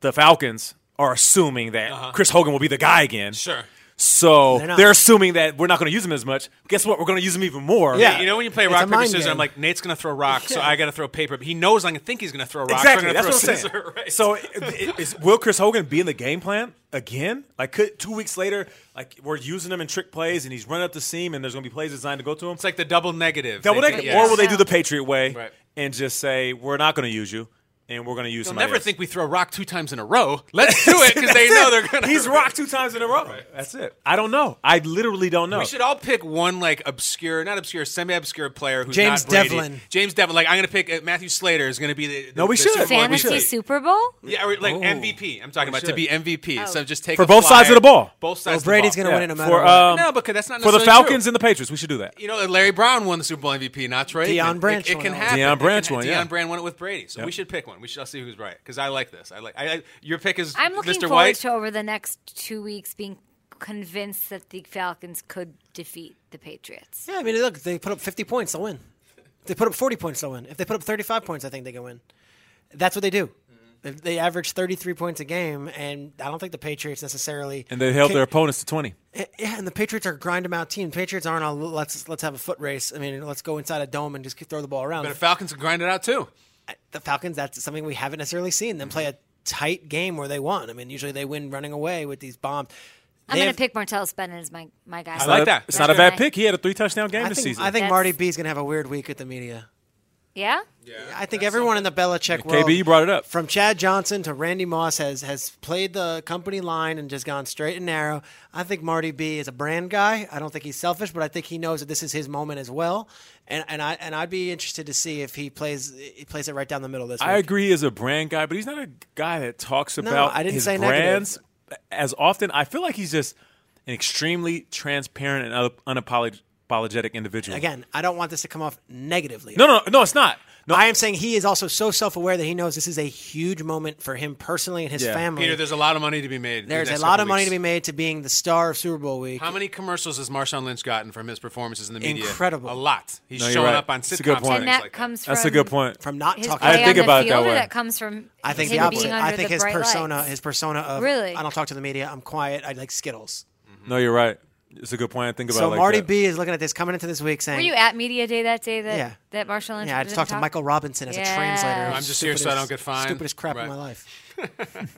Speaker 5: the Falcons are assuming that Chris Hogan will be the guy again?
Speaker 4: Sure.
Speaker 5: So
Speaker 3: They're
Speaker 5: they're,
Speaker 3: not.
Speaker 5: assuming that we're not going to use him as much. Guess what? We're going to use him even more.
Speaker 3: Yeah.
Speaker 4: You know when you play
Speaker 3: It's a
Speaker 4: rock paper
Speaker 3: mind
Speaker 4: scissors,
Speaker 3: game.
Speaker 4: I'm like Nate's gonna throw rock, so I gotta throw paper. But he knows I think he's gonna throw rock. so
Speaker 5: Exactly.
Speaker 4: I'm gonna
Speaker 5: That's what I'm
Speaker 4: throw
Speaker 5: saying.
Speaker 4: scissor, right?
Speaker 5: So, it- it- is, will Chris Hogan be in the game plan again? Like, could two weeks later, like we're using him in trick plays, and he's running up the seam, and there's going to be plays designed to go to him.
Speaker 4: it's like the double negative.
Speaker 5: Double
Speaker 4: They-
Speaker 5: negative.
Speaker 4: yes.
Speaker 5: Or will they do the Patriot way
Speaker 4: Right.
Speaker 5: and just say we're not going to use you, and we're going to use
Speaker 4: They'll
Speaker 5: somebody
Speaker 4: never
Speaker 5: else."
Speaker 4: think we throw rock two times in a row. Let's do it because they
Speaker 5: That's
Speaker 4: know
Speaker 5: it.
Speaker 4: they're gonna.
Speaker 5: He's rocked two times in a row. That's it. I don't know. I literally don't know.
Speaker 4: We should all pick one like obscure, not obscure, semi-obscure player who's
Speaker 3: James
Speaker 4: not Brady.
Speaker 3: Devlin.
Speaker 4: James Devlin. Like I'm gonna pick uh, Matthew Slater is gonna be the, the
Speaker 5: No, we
Speaker 4: the
Speaker 5: should.
Speaker 4: Super Bowl
Speaker 5: Fan- we
Speaker 2: Fantasy
Speaker 5: should.
Speaker 2: Super Bowl?
Speaker 4: Yeah, or,
Speaker 3: Oh.
Speaker 4: like MVP. I'm talking about to
Speaker 5: should.
Speaker 4: be
Speaker 2: Oh.
Speaker 4: MVP. So just take
Speaker 5: For
Speaker 4: a
Speaker 5: both
Speaker 4: flyer.
Speaker 5: sides of the ball.
Speaker 4: Both sides.
Speaker 3: Well,
Speaker 4: of
Speaker 3: Brady's
Speaker 4: the
Speaker 3: gonna
Speaker 4: ball.
Speaker 3: win it no matter
Speaker 5: for
Speaker 3: what.
Speaker 5: um,
Speaker 4: No, because that's not
Speaker 5: for the
Speaker 4: necessarily
Speaker 5: Falcons
Speaker 4: true.
Speaker 5: and the Patriots. We should do that.
Speaker 4: You know, Larry Brown won the Super Bowl MVP, not Trey.
Speaker 3: Deion
Speaker 4: Aikman. It-
Speaker 3: Branch
Speaker 4: It,
Speaker 3: won
Speaker 4: can
Speaker 3: it.
Speaker 4: happen.
Speaker 5: Deion
Speaker 4: It
Speaker 5: Branch
Speaker 4: can-
Speaker 5: won, yeah.
Speaker 4: Deion Brand won it with Brady. So we should pick one. We should I'll see who's right because I like this. I like. I, I your pick is
Speaker 2: I'm looking
Speaker 4: Mr.
Speaker 2: forward
Speaker 4: White.
Speaker 2: to over the next two weeks being convinced that the Falcons could defeat the Patriots.
Speaker 3: Yeah, I mean, look, they put up 50 points, they'll win. If they put up 40 points, they'll win. If they put up 35 points, I think they can win. That's what they do. They averaged 33 points a game, and I don't think the Patriots necessarily.
Speaker 5: And they held
Speaker 3: ca- eh,
Speaker 5: their opponents to 20.
Speaker 3: Yeah, and the Patriots are a grind them out team. Patriots aren't all let's let's have a foot race. I mean, let's go inside a dome and just throw the ball around.
Speaker 4: But the Falcons can grind it out too.
Speaker 3: the Falcons, that's something we haven't necessarily seen them play a tight game where they won. I mean, usually they win running away with these bombs.
Speaker 2: I'm
Speaker 3: They
Speaker 2: going
Speaker 3: have-
Speaker 2: to pick Martellus Bennett as my, my guy.
Speaker 4: I like that.
Speaker 5: It's
Speaker 4: That's
Speaker 5: not a
Speaker 2: my
Speaker 5: bad
Speaker 2: guy.
Speaker 5: pick. He had a three touchdown game
Speaker 3: I
Speaker 5: this
Speaker 3: think,
Speaker 5: season.
Speaker 3: I think
Speaker 2: That's-
Speaker 3: Marty B's going to have a weird week with the media.
Speaker 2: Yeah?
Speaker 3: I think everyone in the Belichick
Speaker 5: KB,
Speaker 3: world,
Speaker 5: you brought it up.
Speaker 3: from Chad Johnson to Randy Moss, has has played the company line and just gone straight and narrow. I think Marty B is a brand guy. I don't think he's selfish, but I think he knows that this is his moment as well. And and I and I'd be interested to see if he plays he plays it right down the middle this
Speaker 5: I
Speaker 3: week.
Speaker 5: agree he is a brand guy, but he's not a guy that talks about
Speaker 3: I didn't
Speaker 5: his
Speaker 3: say negative.
Speaker 5: brands as often. I feel like he's just an extremely transparent and un- unapologetic individual.
Speaker 3: Again, I don't want this to come off negatively.
Speaker 5: No, no, no, it's not. No,
Speaker 3: I am saying he is also so self aware that he knows this is a huge moment for him personally and his
Speaker 5: Yeah.
Speaker 3: family.
Speaker 4: Peter, there's a lot of money to be made. in the
Speaker 3: There's
Speaker 4: next
Speaker 3: a lot
Speaker 4: couple
Speaker 3: of money
Speaker 4: weeks.
Speaker 3: to be made to being the star of Super Bowl week.
Speaker 4: How many commercials has Marshawn Lynch gotten from his performances in the media?
Speaker 3: Incredible.
Speaker 4: A lot. He's
Speaker 5: No, you're
Speaker 4: showing
Speaker 5: right.
Speaker 4: up on
Speaker 5: It's
Speaker 4: sitcoms
Speaker 5: a good point.
Speaker 4: things
Speaker 2: And that
Speaker 4: like
Speaker 2: comes from
Speaker 5: that's a good point.
Speaker 3: From not
Speaker 2: his
Speaker 3: talking,
Speaker 2: play
Speaker 5: I think
Speaker 2: on the
Speaker 5: about it that
Speaker 2: field,
Speaker 5: way.
Speaker 2: or that comes from
Speaker 3: I think
Speaker 2: him
Speaker 3: the opposite.
Speaker 2: being
Speaker 3: I
Speaker 2: under
Speaker 3: think
Speaker 2: the
Speaker 3: his
Speaker 2: bright
Speaker 3: persona,
Speaker 2: lights.
Speaker 3: his persona of
Speaker 2: Really?
Speaker 3: I don't talk to the media. I'm quiet. I like Skittles.
Speaker 5: No, you're right. It's a good point. I think about
Speaker 3: so
Speaker 5: it like
Speaker 3: Marty
Speaker 5: that.
Speaker 3: B is looking at this coming into this week saying,
Speaker 2: Were you at media day that day that
Speaker 3: Yeah.
Speaker 2: that Marshall Lynch?
Speaker 3: "Yeah, I just
Speaker 2: didn't
Speaker 3: talked to
Speaker 2: talk?
Speaker 3: Michael Robinson as a
Speaker 2: Yeah.
Speaker 3: translator."
Speaker 2: I'm
Speaker 3: It's
Speaker 4: just here so I
Speaker 3: stupidest-
Speaker 4: don't get fined.
Speaker 3: Stupidest crap
Speaker 4: Right.
Speaker 3: in my life.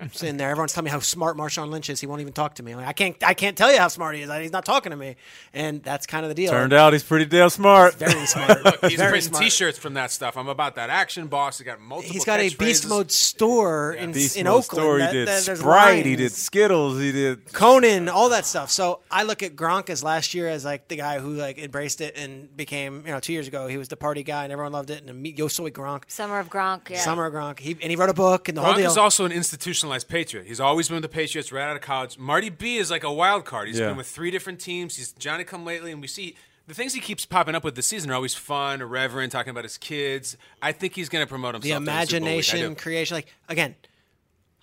Speaker 3: I'm sitting there, everyone's telling me how smart Marshawn Lynch is. He won't even talk to me. I'm like, I can't, I can't tell you how smart he is. He's not talking to me, and that's kind of the deal.
Speaker 5: Turned out he's pretty damn smart.
Speaker 3: uh, very smart.
Speaker 4: He's
Speaker 3: very
Speaker 4: printing
Speaker 3: smart.
Speaker 4: T-shirts from that stuff. I'm about that action, boss. He got multiple.
Speaker 3: He's got a beast
Speaker 4: catchphrases.
Speaker 3: mode store in,
Speaker 5: Beast
Speaker 3: in
Speaker 5: Mode
Speaker 3: Oakland.
Speaker 5: Store, he
Speaker 3: that-
Speaker 5: did
Speaker 3: that- there's
Speaker 5: Sprite, he did
Speaker 3: lines.
Speaker 5: Skittles, he did
Speaker 3: Conan, all that stuff. So I look at Gronk as last year as like the guy who like embraced it and became you know two years ago he was the party guy and everyone loved it and yo soy Gronk,
Speaker 2: Summer of Gronk. Yeah.
Speaker 3: summer Gronk. He and he wrote a book and the whole
Speaker 4: Gronk
Speaker 3: deal.
Speaker 4: is also an institutionalized Patriot. He's always been with the Patriots right out of college. Marty B is like a wild card. He's
Speaker 5: Yeah.
Speaker 4: been with three different teams. He's Johnny come lately, and we see the things he keeps popping up with this season are always fun, irreverent, talking about his kids. I think he's going to promote himself.
Speaker 3: the
Speaker 4: to Super Bowl week. I
Speaker 3: imagination
Speaker 4: do.
Speaker 3: creation, like again,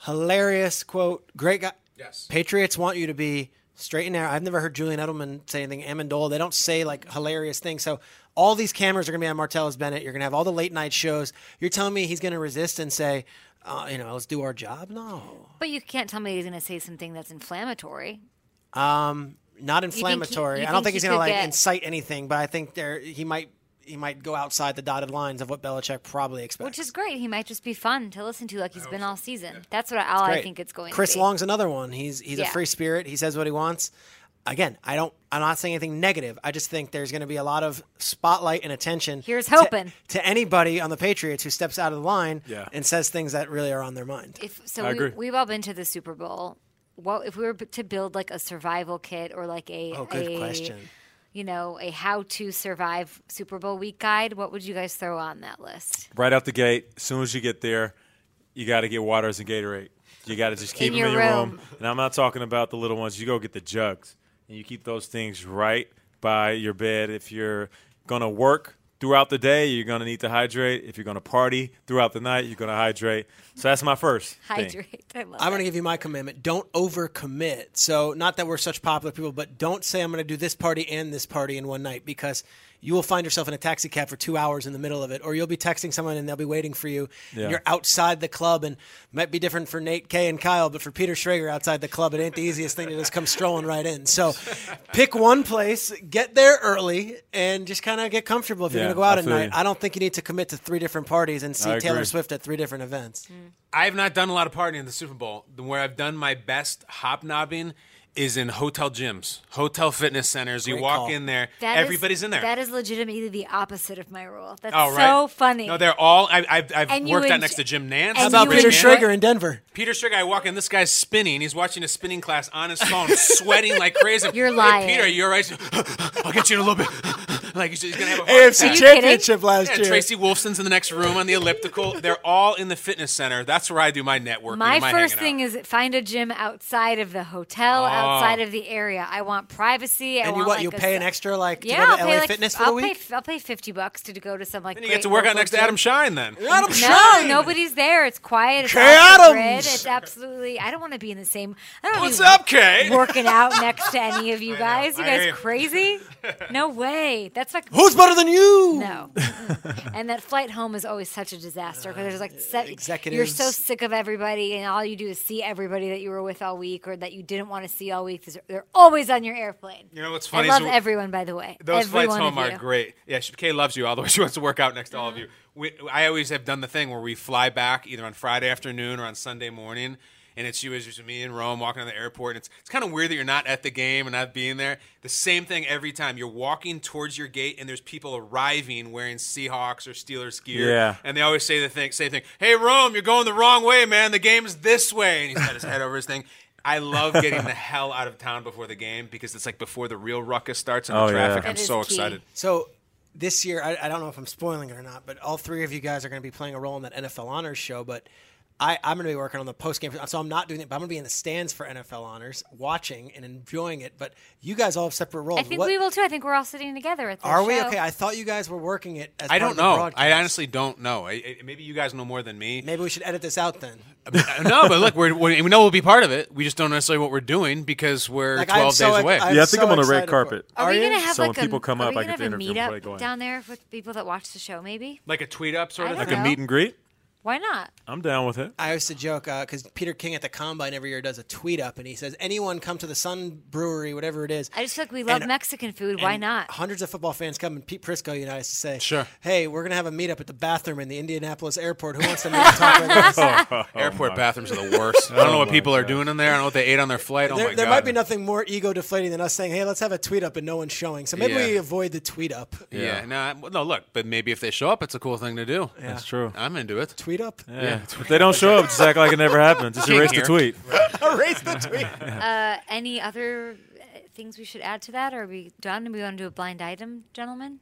Speaker 3: hilarious quote, great guy.
Speaker 4: Yes.
Speaker 3: Patriots want you to be straight and narrow. I've never heard Julian Edelman say anything. Amendola, they don't say like hilarious things. So all these cameras are going to be on Martellus Bennett. You're going to have all the late night shows. You're telling me he's going to resist and say, uh, you know, let's do our job? No.
Speaker 2: But you can't tell me he's going to say something that's inflammatory.
Speaker 3: not
Speaker 2: he-
Speaker 3: inflammatory.
Speaker 2: you
Speaker 3: I don't
Speaker 2: think
Speaker 3: think he's
Speaker 2: he
Speaker 3: going to
Speaker 2: could
Speaker 3: like
Speaker 2: get-
Speaker 3: incite anything, but I think there he might he might go outside the dotted lines of what Belichick probably expects.
Speaker 2: Which is great. He might just be fun to listen to, like he's been all season. That's what all I
Speaker 3: Great.
Speaker 2: think it's going.
Speaker 3: Chris
Speaker 2: to be.
Speaker 3: Long's another one. He's he's a
Speaker 2: Yeah.
Speaker 3: free spirit. He says what he wants. Again, I don't. I'm not saying anything negative. I just think there's going to be a lot of spotlight and attention.
Speaker 2: Here's
Speaker 3: to-
Speaker 2: hoping.
Speaker 3: to, anybody on the Patriots who steps out of the line
Speaker 5: Yeah.
Speaker 3: and says things that really are on their mind.
Speaker 2: If so,
Speaker 5: I
Speaker 2: we,
Speaker 5: agree.
Speaker 2: we've all been to the Super Bowl. What if we were to build like a survival kit or like a
Speaker 3: Oh, good
Speaker 2: a,
Speaker 3: question.
Speaker 2: You know, a how to survive Super Bowl week guide. What would you guys throw on that list?
Speaker 5: right out the gate. As soon as you get there, you got to get waters and Gatorade. You got to just keep
Speaker 2: In
Speaker 5: them in your
Speaker 2: your
Speaker 5: room.
Speaker 2: room.
Speaker 5: And I'm not talking about the little ones. You go get the jugs, and you keep those things right by your bed. If you're gonna work throughout the day, you're gonna need to hydrate. If you're gonna party throughout the night, you're gonna hydrate. So that's my first. Thing.
Speaker 2: Hydrate. I love.
Speaker 3: I'm going
Speaker 2: it.
Speaker 3: to give you my commitment. Don't overcommit. So, not that we're such popular people, but don't say I'm going to do this party and this party in one night because you will find yourself in a taxi cab for two hours in the middle of it, or you'll be texting someone and they'll be waiting for you. and
Speaker 5: Yeah.
Speaker 3: You're outside the club, and might be different for Nate K and Kyle, but for Peter Schrager outside the club, it ain't the easiest thing to just come strolling right in. So, pick one place, get there early, and just kind of get comfortable if you're
Speaker 5: Yeah,
Speaker 3: going to go out
Speaker 5: I
Speaker 3: at
Speaker 5: feel
Speaker 3: night.
Speaker 5: you.
Speaker 3: I don't think you need to commit to three different parties and see
Speaker 5: I
Speaker 3: Taylor
Speaker 5: agree.
Speaker 3: Swift at three different events.
Speaker 4: I've not done a lot of partying in the Super Bowl. The- Where I've done my best hobnobbing is in hotel gyms, hotel fitness centers. you
Speaker 3: Great
Speaker 4: walk
Speaker 3: call.
Speaker 4: in there,
Speaker 2: That is-
Speaker 4: everybody's in there.
Speaker 2: That is legitimately the opposite of my rule. That's
Speaker 4: Oh, right.
Speaker 2: so funny.
Speaker 4: No, they're all. I, I've, I've
Speaker 2: And you
Speaker 4: worked out
Speaker 2: enj-
Speaker 4: next to Jim Nance.
Speaker 2: How
Speaker 3: How
Speaker 2: And
Speaker 3: about
Speaker 2: you
Speaker 3: Peter
Speaker 2: enjoy-
Speaker 3: Schrager in Denver?
Speaker 4: Peter Sugar, I walk in, this guy's spinning. He's watching a spinning class on his phone, sweating like crazy.
Speaker 2: You're
Speaker 4: Hey,
Speaker 2: lying.
Speaker 4: Peter, you're right. I'll get you in a little bit. like, he's, he's going to have a
Speaker 3: AFC
Speaker 4: heart attack.
Speaker 2: Are you kidding?
Speaker 3: Championship last
Speaker 4: Yeah,
Speaker 3: year.
Speaker 4: Tracy Wolfson's in the next room on the elliptical. They're all in the fitness center. That's where I do my networking.
Speaker 2: my
Speaker 4: and my
Speaker 2: first
Speaker 4: hanging
Speaker 2: thing
Speaker 4: out.
Speaker 2: is find a gym outside of the hotel, outside of the area. I want privacy. I
Speaker 3: and you
Speaker 2: want,
Speaker 3: what?
Speaker 2: like,
Speaker 3: you
Speaker 2: a
Speaker 3: pay an
Speaker 2: se-
Speaker 3: extra like to
Speaker 2: Yeah,
Speaker 3: go
Speaker 2: I'll
Speaker 3: to
Speaker 2: pay
Speaker 3: LA
Speaker 2: like,
Speaker 3: Fitness for
Speaker 2: I'll
Speaker 3: the week.
Speaker 2: Pay, I'll pay fifty bucks to go to some like.
Speaker 4: Then you get
Speaker 2: great
Speaker 4: to work out
Speaker 2: local
Speaker 4: next to
Speaker 2: gym.
Speaker 4: Adam Shine then.
Speaker 3: Adam
Speaker 2: No, nobody's there. It's quiet. It's
Speaker 3: Kay
Speaker 2: off the grid.
Speaker 3: Adams.
Speaker 2: It's absolutely. I don't want to be in the same. I don't wanna
Speaker 4: What's
Speaker 2: be
Speaker 4: up, Kay?
Speaker 2: Working out next to any of you
Speaker 4: know.
Speaker 2: guys. You
Speaker 4: I hear
Speaker 2: guys
Speaker 4: you.
Speaker 2: crazy? No way. That's That's like
Speaker 3: Who's better than you?
Speaker 2: No. Mm-mm. and that flight home is always such a disaster because there's like se- You're so
Speaker 3: executives.
Speaker 2: sick of everybody, and all you do is see everybody that you were with all week or that you didn't want to see all week. 'cause They're always on your airplane.
Speaker 4: You know what's funny
Speaker 2: I
Speaker 4: is
Speaker 2: love
Speaker 4: w-
Speaker 2: everyone, by the way.
Speaker 4: Those
Speaker 2: Every
Speaker 4: flights
Speaker 2: one
Speaker 4: home
Speaker 2: of
Speaker 4: are
Speaker 2: you.
Speaker 4: great. Yeah, she- Kay loves you, although she wants to work out next to all of you. We, I always have done the thing where we fly back either on Friday afternoon or on Sunday morning, and it's you, it's just me and Rome walking to the airport. And it's, it's kind of weird that you're not at the game and not being there. The same thing every time. You're walking towards your gate, and there's people arriving wearing Seahawks or Steelers gear.
Speaker 5: Yeah.
Speaker 4: And they always say the thing, same thing. Hey, Rome, you're going the wrong way, man. The game's this way. And he's got his head over his thing. I love getting the hell out of town before the game because it's like before the real ruckus starts and
Speaker 5: Oh,
Speaker 4: the
Speaker 5: yeah.
Speaker 4: traffic.
Speaker 5: That
Speaker 4: I'm
Speaker 2: is
Speaker 4: so
Speaker 2: key.
Speaker 4: excited.
Speaker 3: So this year, I, I don't know if I'm spoiling it or not, but all three of you guys are going to be playing a role in that NFL Honors show. But I, I'm going to be working on the post game, so I'm not doing it. But I'm going to be in the stands for NFL Honors, watching and enjoying it. But you guys all have separate roles.
Speaker 2: I think
Speaker 3: What-
Speaker 2: we will too. I think we're all sitting together at the
Speaker 3: Are we
Speaker 2: show.
Speaker 3: okay? I thought you guys were working it. As
Speaker 4: I
Speaker 3: part of
Speaker 4: don't
Speaker 3: the
Speaker 4: know.
Speaker 3: broadcast.
Speaker 4: I honestly don't know. I, I- maybe you guys know more than me.
Speaker 3: Maybe we should edit this out then.
Speaker 4: no, but look, we're, we we know we'll be part of it. We just don't necessarily what we're doing because we're
Speaker 3: Like, I'm
Speaker 4: 12
Speaker 3: so
Speaker 4: days
Speaker 3: ex-
Speaker 4: away.
Speaker 3: I'm
Speaker 5: Yeah, I think
Speaker 3: so
Speaker 5: I'm on a red
Speaker 3: excited for it.
Speaker 5: carpet.
Speaker 2: Are, we
Speaker 3: you?
Speaker 2: gonna have
Speaker 5: So
Speaker 2: like
Speaker 5: when
Speaker 2: a,
Speaker 5: people come
Speaker 2: are
Speaker 5: up,
Speaker 2: we gonna
Speaker 5: I can
Speaker 2: have a
Speaker 5: interview 'em before they go
Speaker 2: meetup
Speaker 5: in.
Speaker 2: down there with people that watch the show? Maybe
Speaker 4: like a tweet up sort
Speaker 2: I
Speaker 4: of
Speaker 2: don't
Speaker 4: thing.
Speaker 5: Like a meet and greet?
Speaker 2: why not?
Speaker 5: I'm down with it.
Speaker 3: I used to joke because Peter King at the combine every year does a tweet up and he says, "Anyone come to the Sun Brewery, whatever it is."
Speaker 2: I just feel like we love
Speaker 3: And-
Speaker 2: Mexican food. Why
Speaker 3: and
Speaker 2: not?
Speaker 3: Hundreds of football fans come, and Pete Prisco you know, used to say,
Speaker 4: Sure.
Speaker 3: hey, we're gonna have a meetup at the bathroom in the Indianapolis airport. Who wants to meet and talk like this?"
Speaker 4: Airport bathrooms are the worst. I don't know what people are doing in there. I don't know what they ate on their flight. Oh
Speaker 3: There,
Speaker 4: my
Speaker 3: there
Speaker 4: god.
Speaker 3: might be nothing more ego deflating than us saying, "Hey, let's have a tweet up," and no one's showing. So maybe
Speaker 4: Yeah.
Speaker 3: we avoid the tweet up.
Speaker 4: Yeah. No, I- no. Look, but maybe if they show up, it's a cool thing to do.
Speaker 5: That's true.
Speaker 4: I'm into it.
Speaker 3: Tweet up.
Speaker 5: Yeah. If they don't show up, just act like it never happened. Just
Speaker 4: King
Speaker 5: erase the
Speaker 4: here.
Speaker 5: tweet.
Speaker 3: Erase the tweet.
Speaker 2: Uh, any other uh, things we should add to that? Or are we done? Do we want to do a blind item, gentlemen?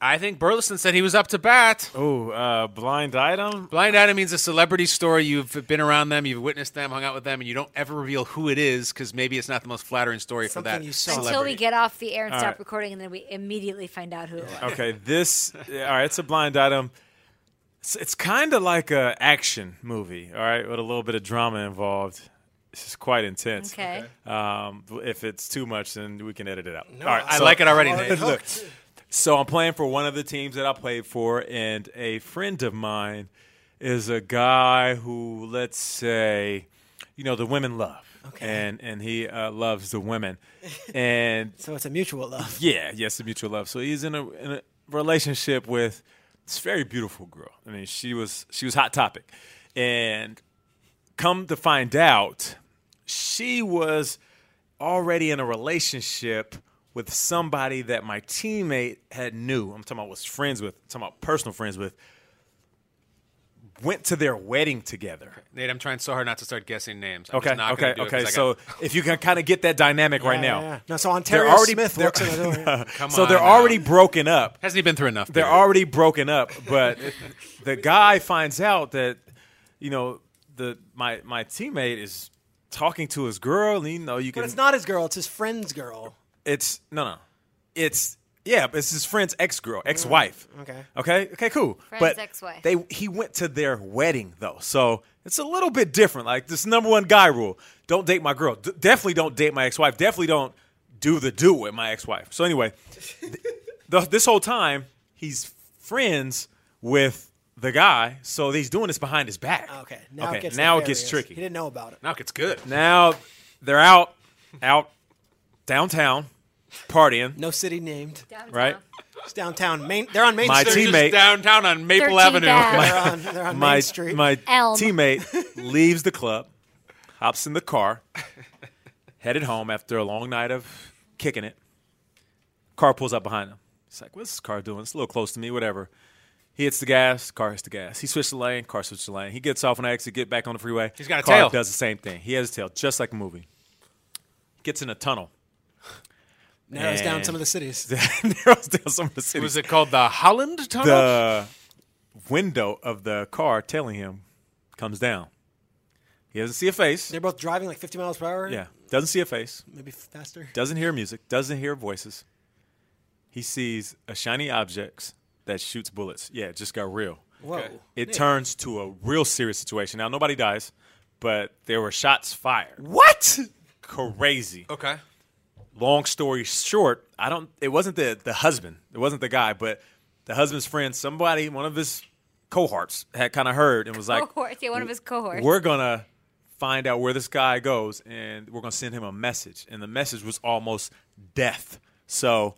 Speaker 4: I think Burleson said he was up to bat.
Speaker 5: Oh, uh, blind item?
Speaker 4: Blind item means a celebrity story. You've been around them, you've witnessed them, hung out with them, and you don't ever reveal who it is because maybe it's not the most flattering story
Speaker 3: Something
Speaker 4: for that
Speaker 3: you saw.
Speaker 4: celebrity.
Speaker 2: Until we get off the air and
Speaker 5: All
Speaker 2: stop
Speaker 5: right.
Speaker 2: recording, and then we immediately find out who it was.
Speaker 5: Okay, this. All right, it's a blind item. It's, it's kind of like a action movie. All right, with a little bit of drama involved. This is quite intense.
Speaker 2: Okay.
Speaker 5: Um, if it's too much, then we can edit it out. all
Speaker 4: All
Speaker 5: right,
Speaker 4: right, I like it already, Nate.
Speaker 5: Look, so I'm playing for one of the teams that I played for, and a friend of mine is a guy who, let's say, you know, the women love, okay. and and he uh, loves the women, and
Speaker 3: So it's a mutual love.
Speaker 5: yeah, yes, the mutual love. So he's in a, in a relationship with this very beautiful girl. I mean, she was she was hot topic, and come to find out, she was already in a relationship with somebody that my teammate had knew. I'm talking about was friends with. I'm talking about personal friends with. Went to their wedding together.
Speaker 4: Nate, I'm trying so hard not to start guessing names. I'm
Speaker 5: Okay,
Speaker 4: just not
Speaker 5: okay,
Speaker 4: gonna do it 'cause
Speaker 5: okay.
Speaker 4: I
Speaker 5: So
Speaker 4: got-
Speaker 5: if you can kind of get that dynamic right
Speaker 3: Yeah,
Speaker 5: now,
Speaker 3: yeah. No, so Ontario
Speaker 5: already-
Speaker 3: Smith
Speaker 5: they're-
Speaker 3: works in the door.
Speaker 5: so
Speaker 4: on
Speaker 5: they're
Speaker 4: now.
Speaker 5: already broken up.
Speaker 4: hasn't he been through enough?
Speaker 5: They're
Speaker 4: dude?
Speaker 5: already broken up, but the guy finds out that you know the my my teammate is talking to his girl. And, you know, you can
Speaker 3: But it's not his girl. It's his friend's girl.
Speaker 5: it's no, no. It's yeah. but It's his friend's ex girl, ex wife.
Speaker 3: Mm, okay.
Speaker 5: Okay. Okay. Cool.
Speaker 2: Friend's
Speaker 5: but
Speaker 2: ex-wife.
Speaker 5: They he went to their wedding though, so it's a little bit different. Like this number one guy rule: don't date my girl. D- definitely don't date my ex wife. Definitely don't do the do with my ex wife. So anyway, th- the, this whole time he's friends with the guy, so he's doing this behind his back.
Speaker 3: Oh, Okay. Now it gets
Speaker 5: now it
Speaker 3: nefarious.
Speaker 5: gets tricky.
Speaker 3: He didn't know about it.
Speaker 4: now it's good.
Speaker 5: Now they're out, out downtown, partying.
Speaker 3: No city named.
Speaker 2: Downtown.
Speaker 5: right?
Speaker 3: It's downtown. Main. They're on Main
Speaker 5: My
Speaker 3: Street.
Speaker 5: team-
Speaker 4: They're
Speaker 5: Teammate.
Speaker 4: just downtown on Maple
Speaker 2: 13th
Speaker 4: Avenue.
Speaker 2: Ave.
Speaker 3: They're on, they're on
Speaker 5: my
Speaker 3: Main Street.
Speaker 5: my
Speaker 2: Elm.
Speaker 5: teammate leaves the club, hops in the car, headed home after a long night of kicking it. Car pulls up behind him. He's like, "What's this car doing? It's a little close to me. Whatever." He hits the gas. Car hits the gas. He switches the lane. Car switches the lane. He gets off on the exit. Get back on the freeway.
Speaker 4: He's got a
Speaker 5: car
Speaker 4: tail.
Speaker 5: Does the same thing. He has a tail, just like a movie. Gets in a tunnel.
Speaker 3: Narrows down
Speaker 5: And-
Speaker 3: some of the cities.
Speaker 5: narrows down some of the city.
Speaker 4: Was it called the Holland Tunnel?
Speaker 5: the window of the car telling him comes down. He doesn't see a face.
Speaker 3: They're both driving like 50 miles per hour.
Speaker 5: Yeah, doesn't see a face.
Speaker 3: Maybe faster.
Speaker 5: Doesn't hear music. Doesn't hear voices. He sees a shiny object that shoots bullets. Yeah, it just got real.
Speaker 3: Whoa.
Speaker 5: It turns to a real serious situation. Now nobody dies, but there were shots fired.
Speaker 3: What?
Speaker 5: Crazy.
Speaker 4: okay.
Speaker 5: long story short, I don't. It wasn't the the husband. It wasn't the guy, but the husband's friend. Somebody, one of his cohorts, had kind of heard and was like,
Speaker 2: Cohorts, yeah, one of his cohorts.
Speaker 5: We're gonna find out where this guy goes, and we're gonna send him a message. And the message was almost death. So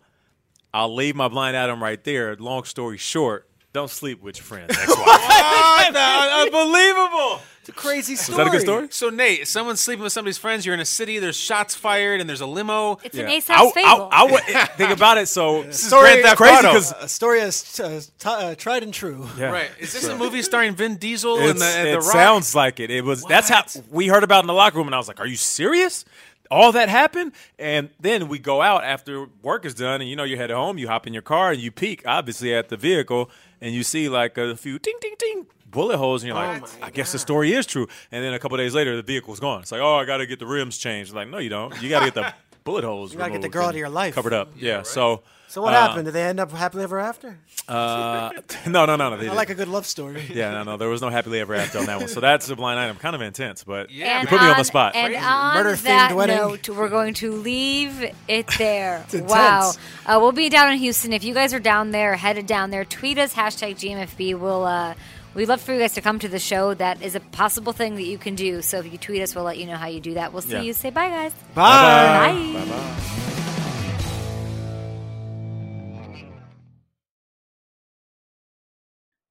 Speaker 5: I'll leave my blind item right there. Long story short, don't sleep with your friends. Ah, Unbelievable.
Speaker 3: It's a crazy story.
Speaker 5: Is that a good story?
Speaker 4: So Nate, if someone's sleeping with somebody's friends. You're in a city. There's shots fired, and there's a limo.
Speaker 2: It's
Speaker 5: Yeah.
Speaker 2: an Aesop's
Speaker 5: I, I,
Speaker 2: fable.
Speaker 5: I would think about it. So this
Speaker 4: Story-
Speaker 5: crazy
Speaker 4: Grand Theft Auto.
Speaker 5: because
Speaker 3: A story is uh, t- uh, tried and true.
Speaker 4: Right? Is this a movie starring Vin Diesel
Speaker 5: It's-
Speaker 4: and the, and
Speaker 5: it
Speaker 4: the Rock?
Speaker 5: sounds like it. It was that's how we heard about it in the locker room, and I was like, "Are you serious? All that happened?" And then we go out after work is done, and you know you're headed home. You hop in your car and you peek, obviously, at the vehicle, and you see like a few ting ting ting bullet holes, and you're like,
Speaker 3: Oh
Speaker 5: "I guess the story is true." And then a couple days later, the vehicle's gone. It's like, "Oh, I got to get the rims changed." Like, no, you don't. You got to get the bullet holes. You
Speaker 3: gotta get the girl out of your life.
Speaker 5: covered up. Yeah. So.
Speaker 3: So what
Speaker 5: uh,
Speaker 3: happened? Did they end up happily ever after?
Speaker 5: Uh, no, no, no, no. They
Speaker 3: I
Speaker 5: didn't.
Speaker 3: like a good love story.
Speaker 5: Yeah, no, no, there was no happily ever after on that one. So that's a blind item, kind of intense, but
Speaker 4: Yeah.
Speaker 5: you put me on the spot.
Speaker 2: And on
Speaker 3: Murder-themed
Speaker 2: that
Speaker 3: wedding.
Speaker 2: note, we're going to leave it there.
Speaker 3: intense.
Speaker 2: wow. Uh, we'll be down in Houston. If you guys are down there, headed down there, tweet us, hashtag GMFB. We'll, uh, we'd love for you guys to come to the show. That is a possible thing that you can do. So if you tweet us, we'll let you know how you do that. We'll see
Speaker 5: Yeah.
Speaker 2: you. Say bye, guys.
Speaker 3: Bye.
Speaker 2: Bye.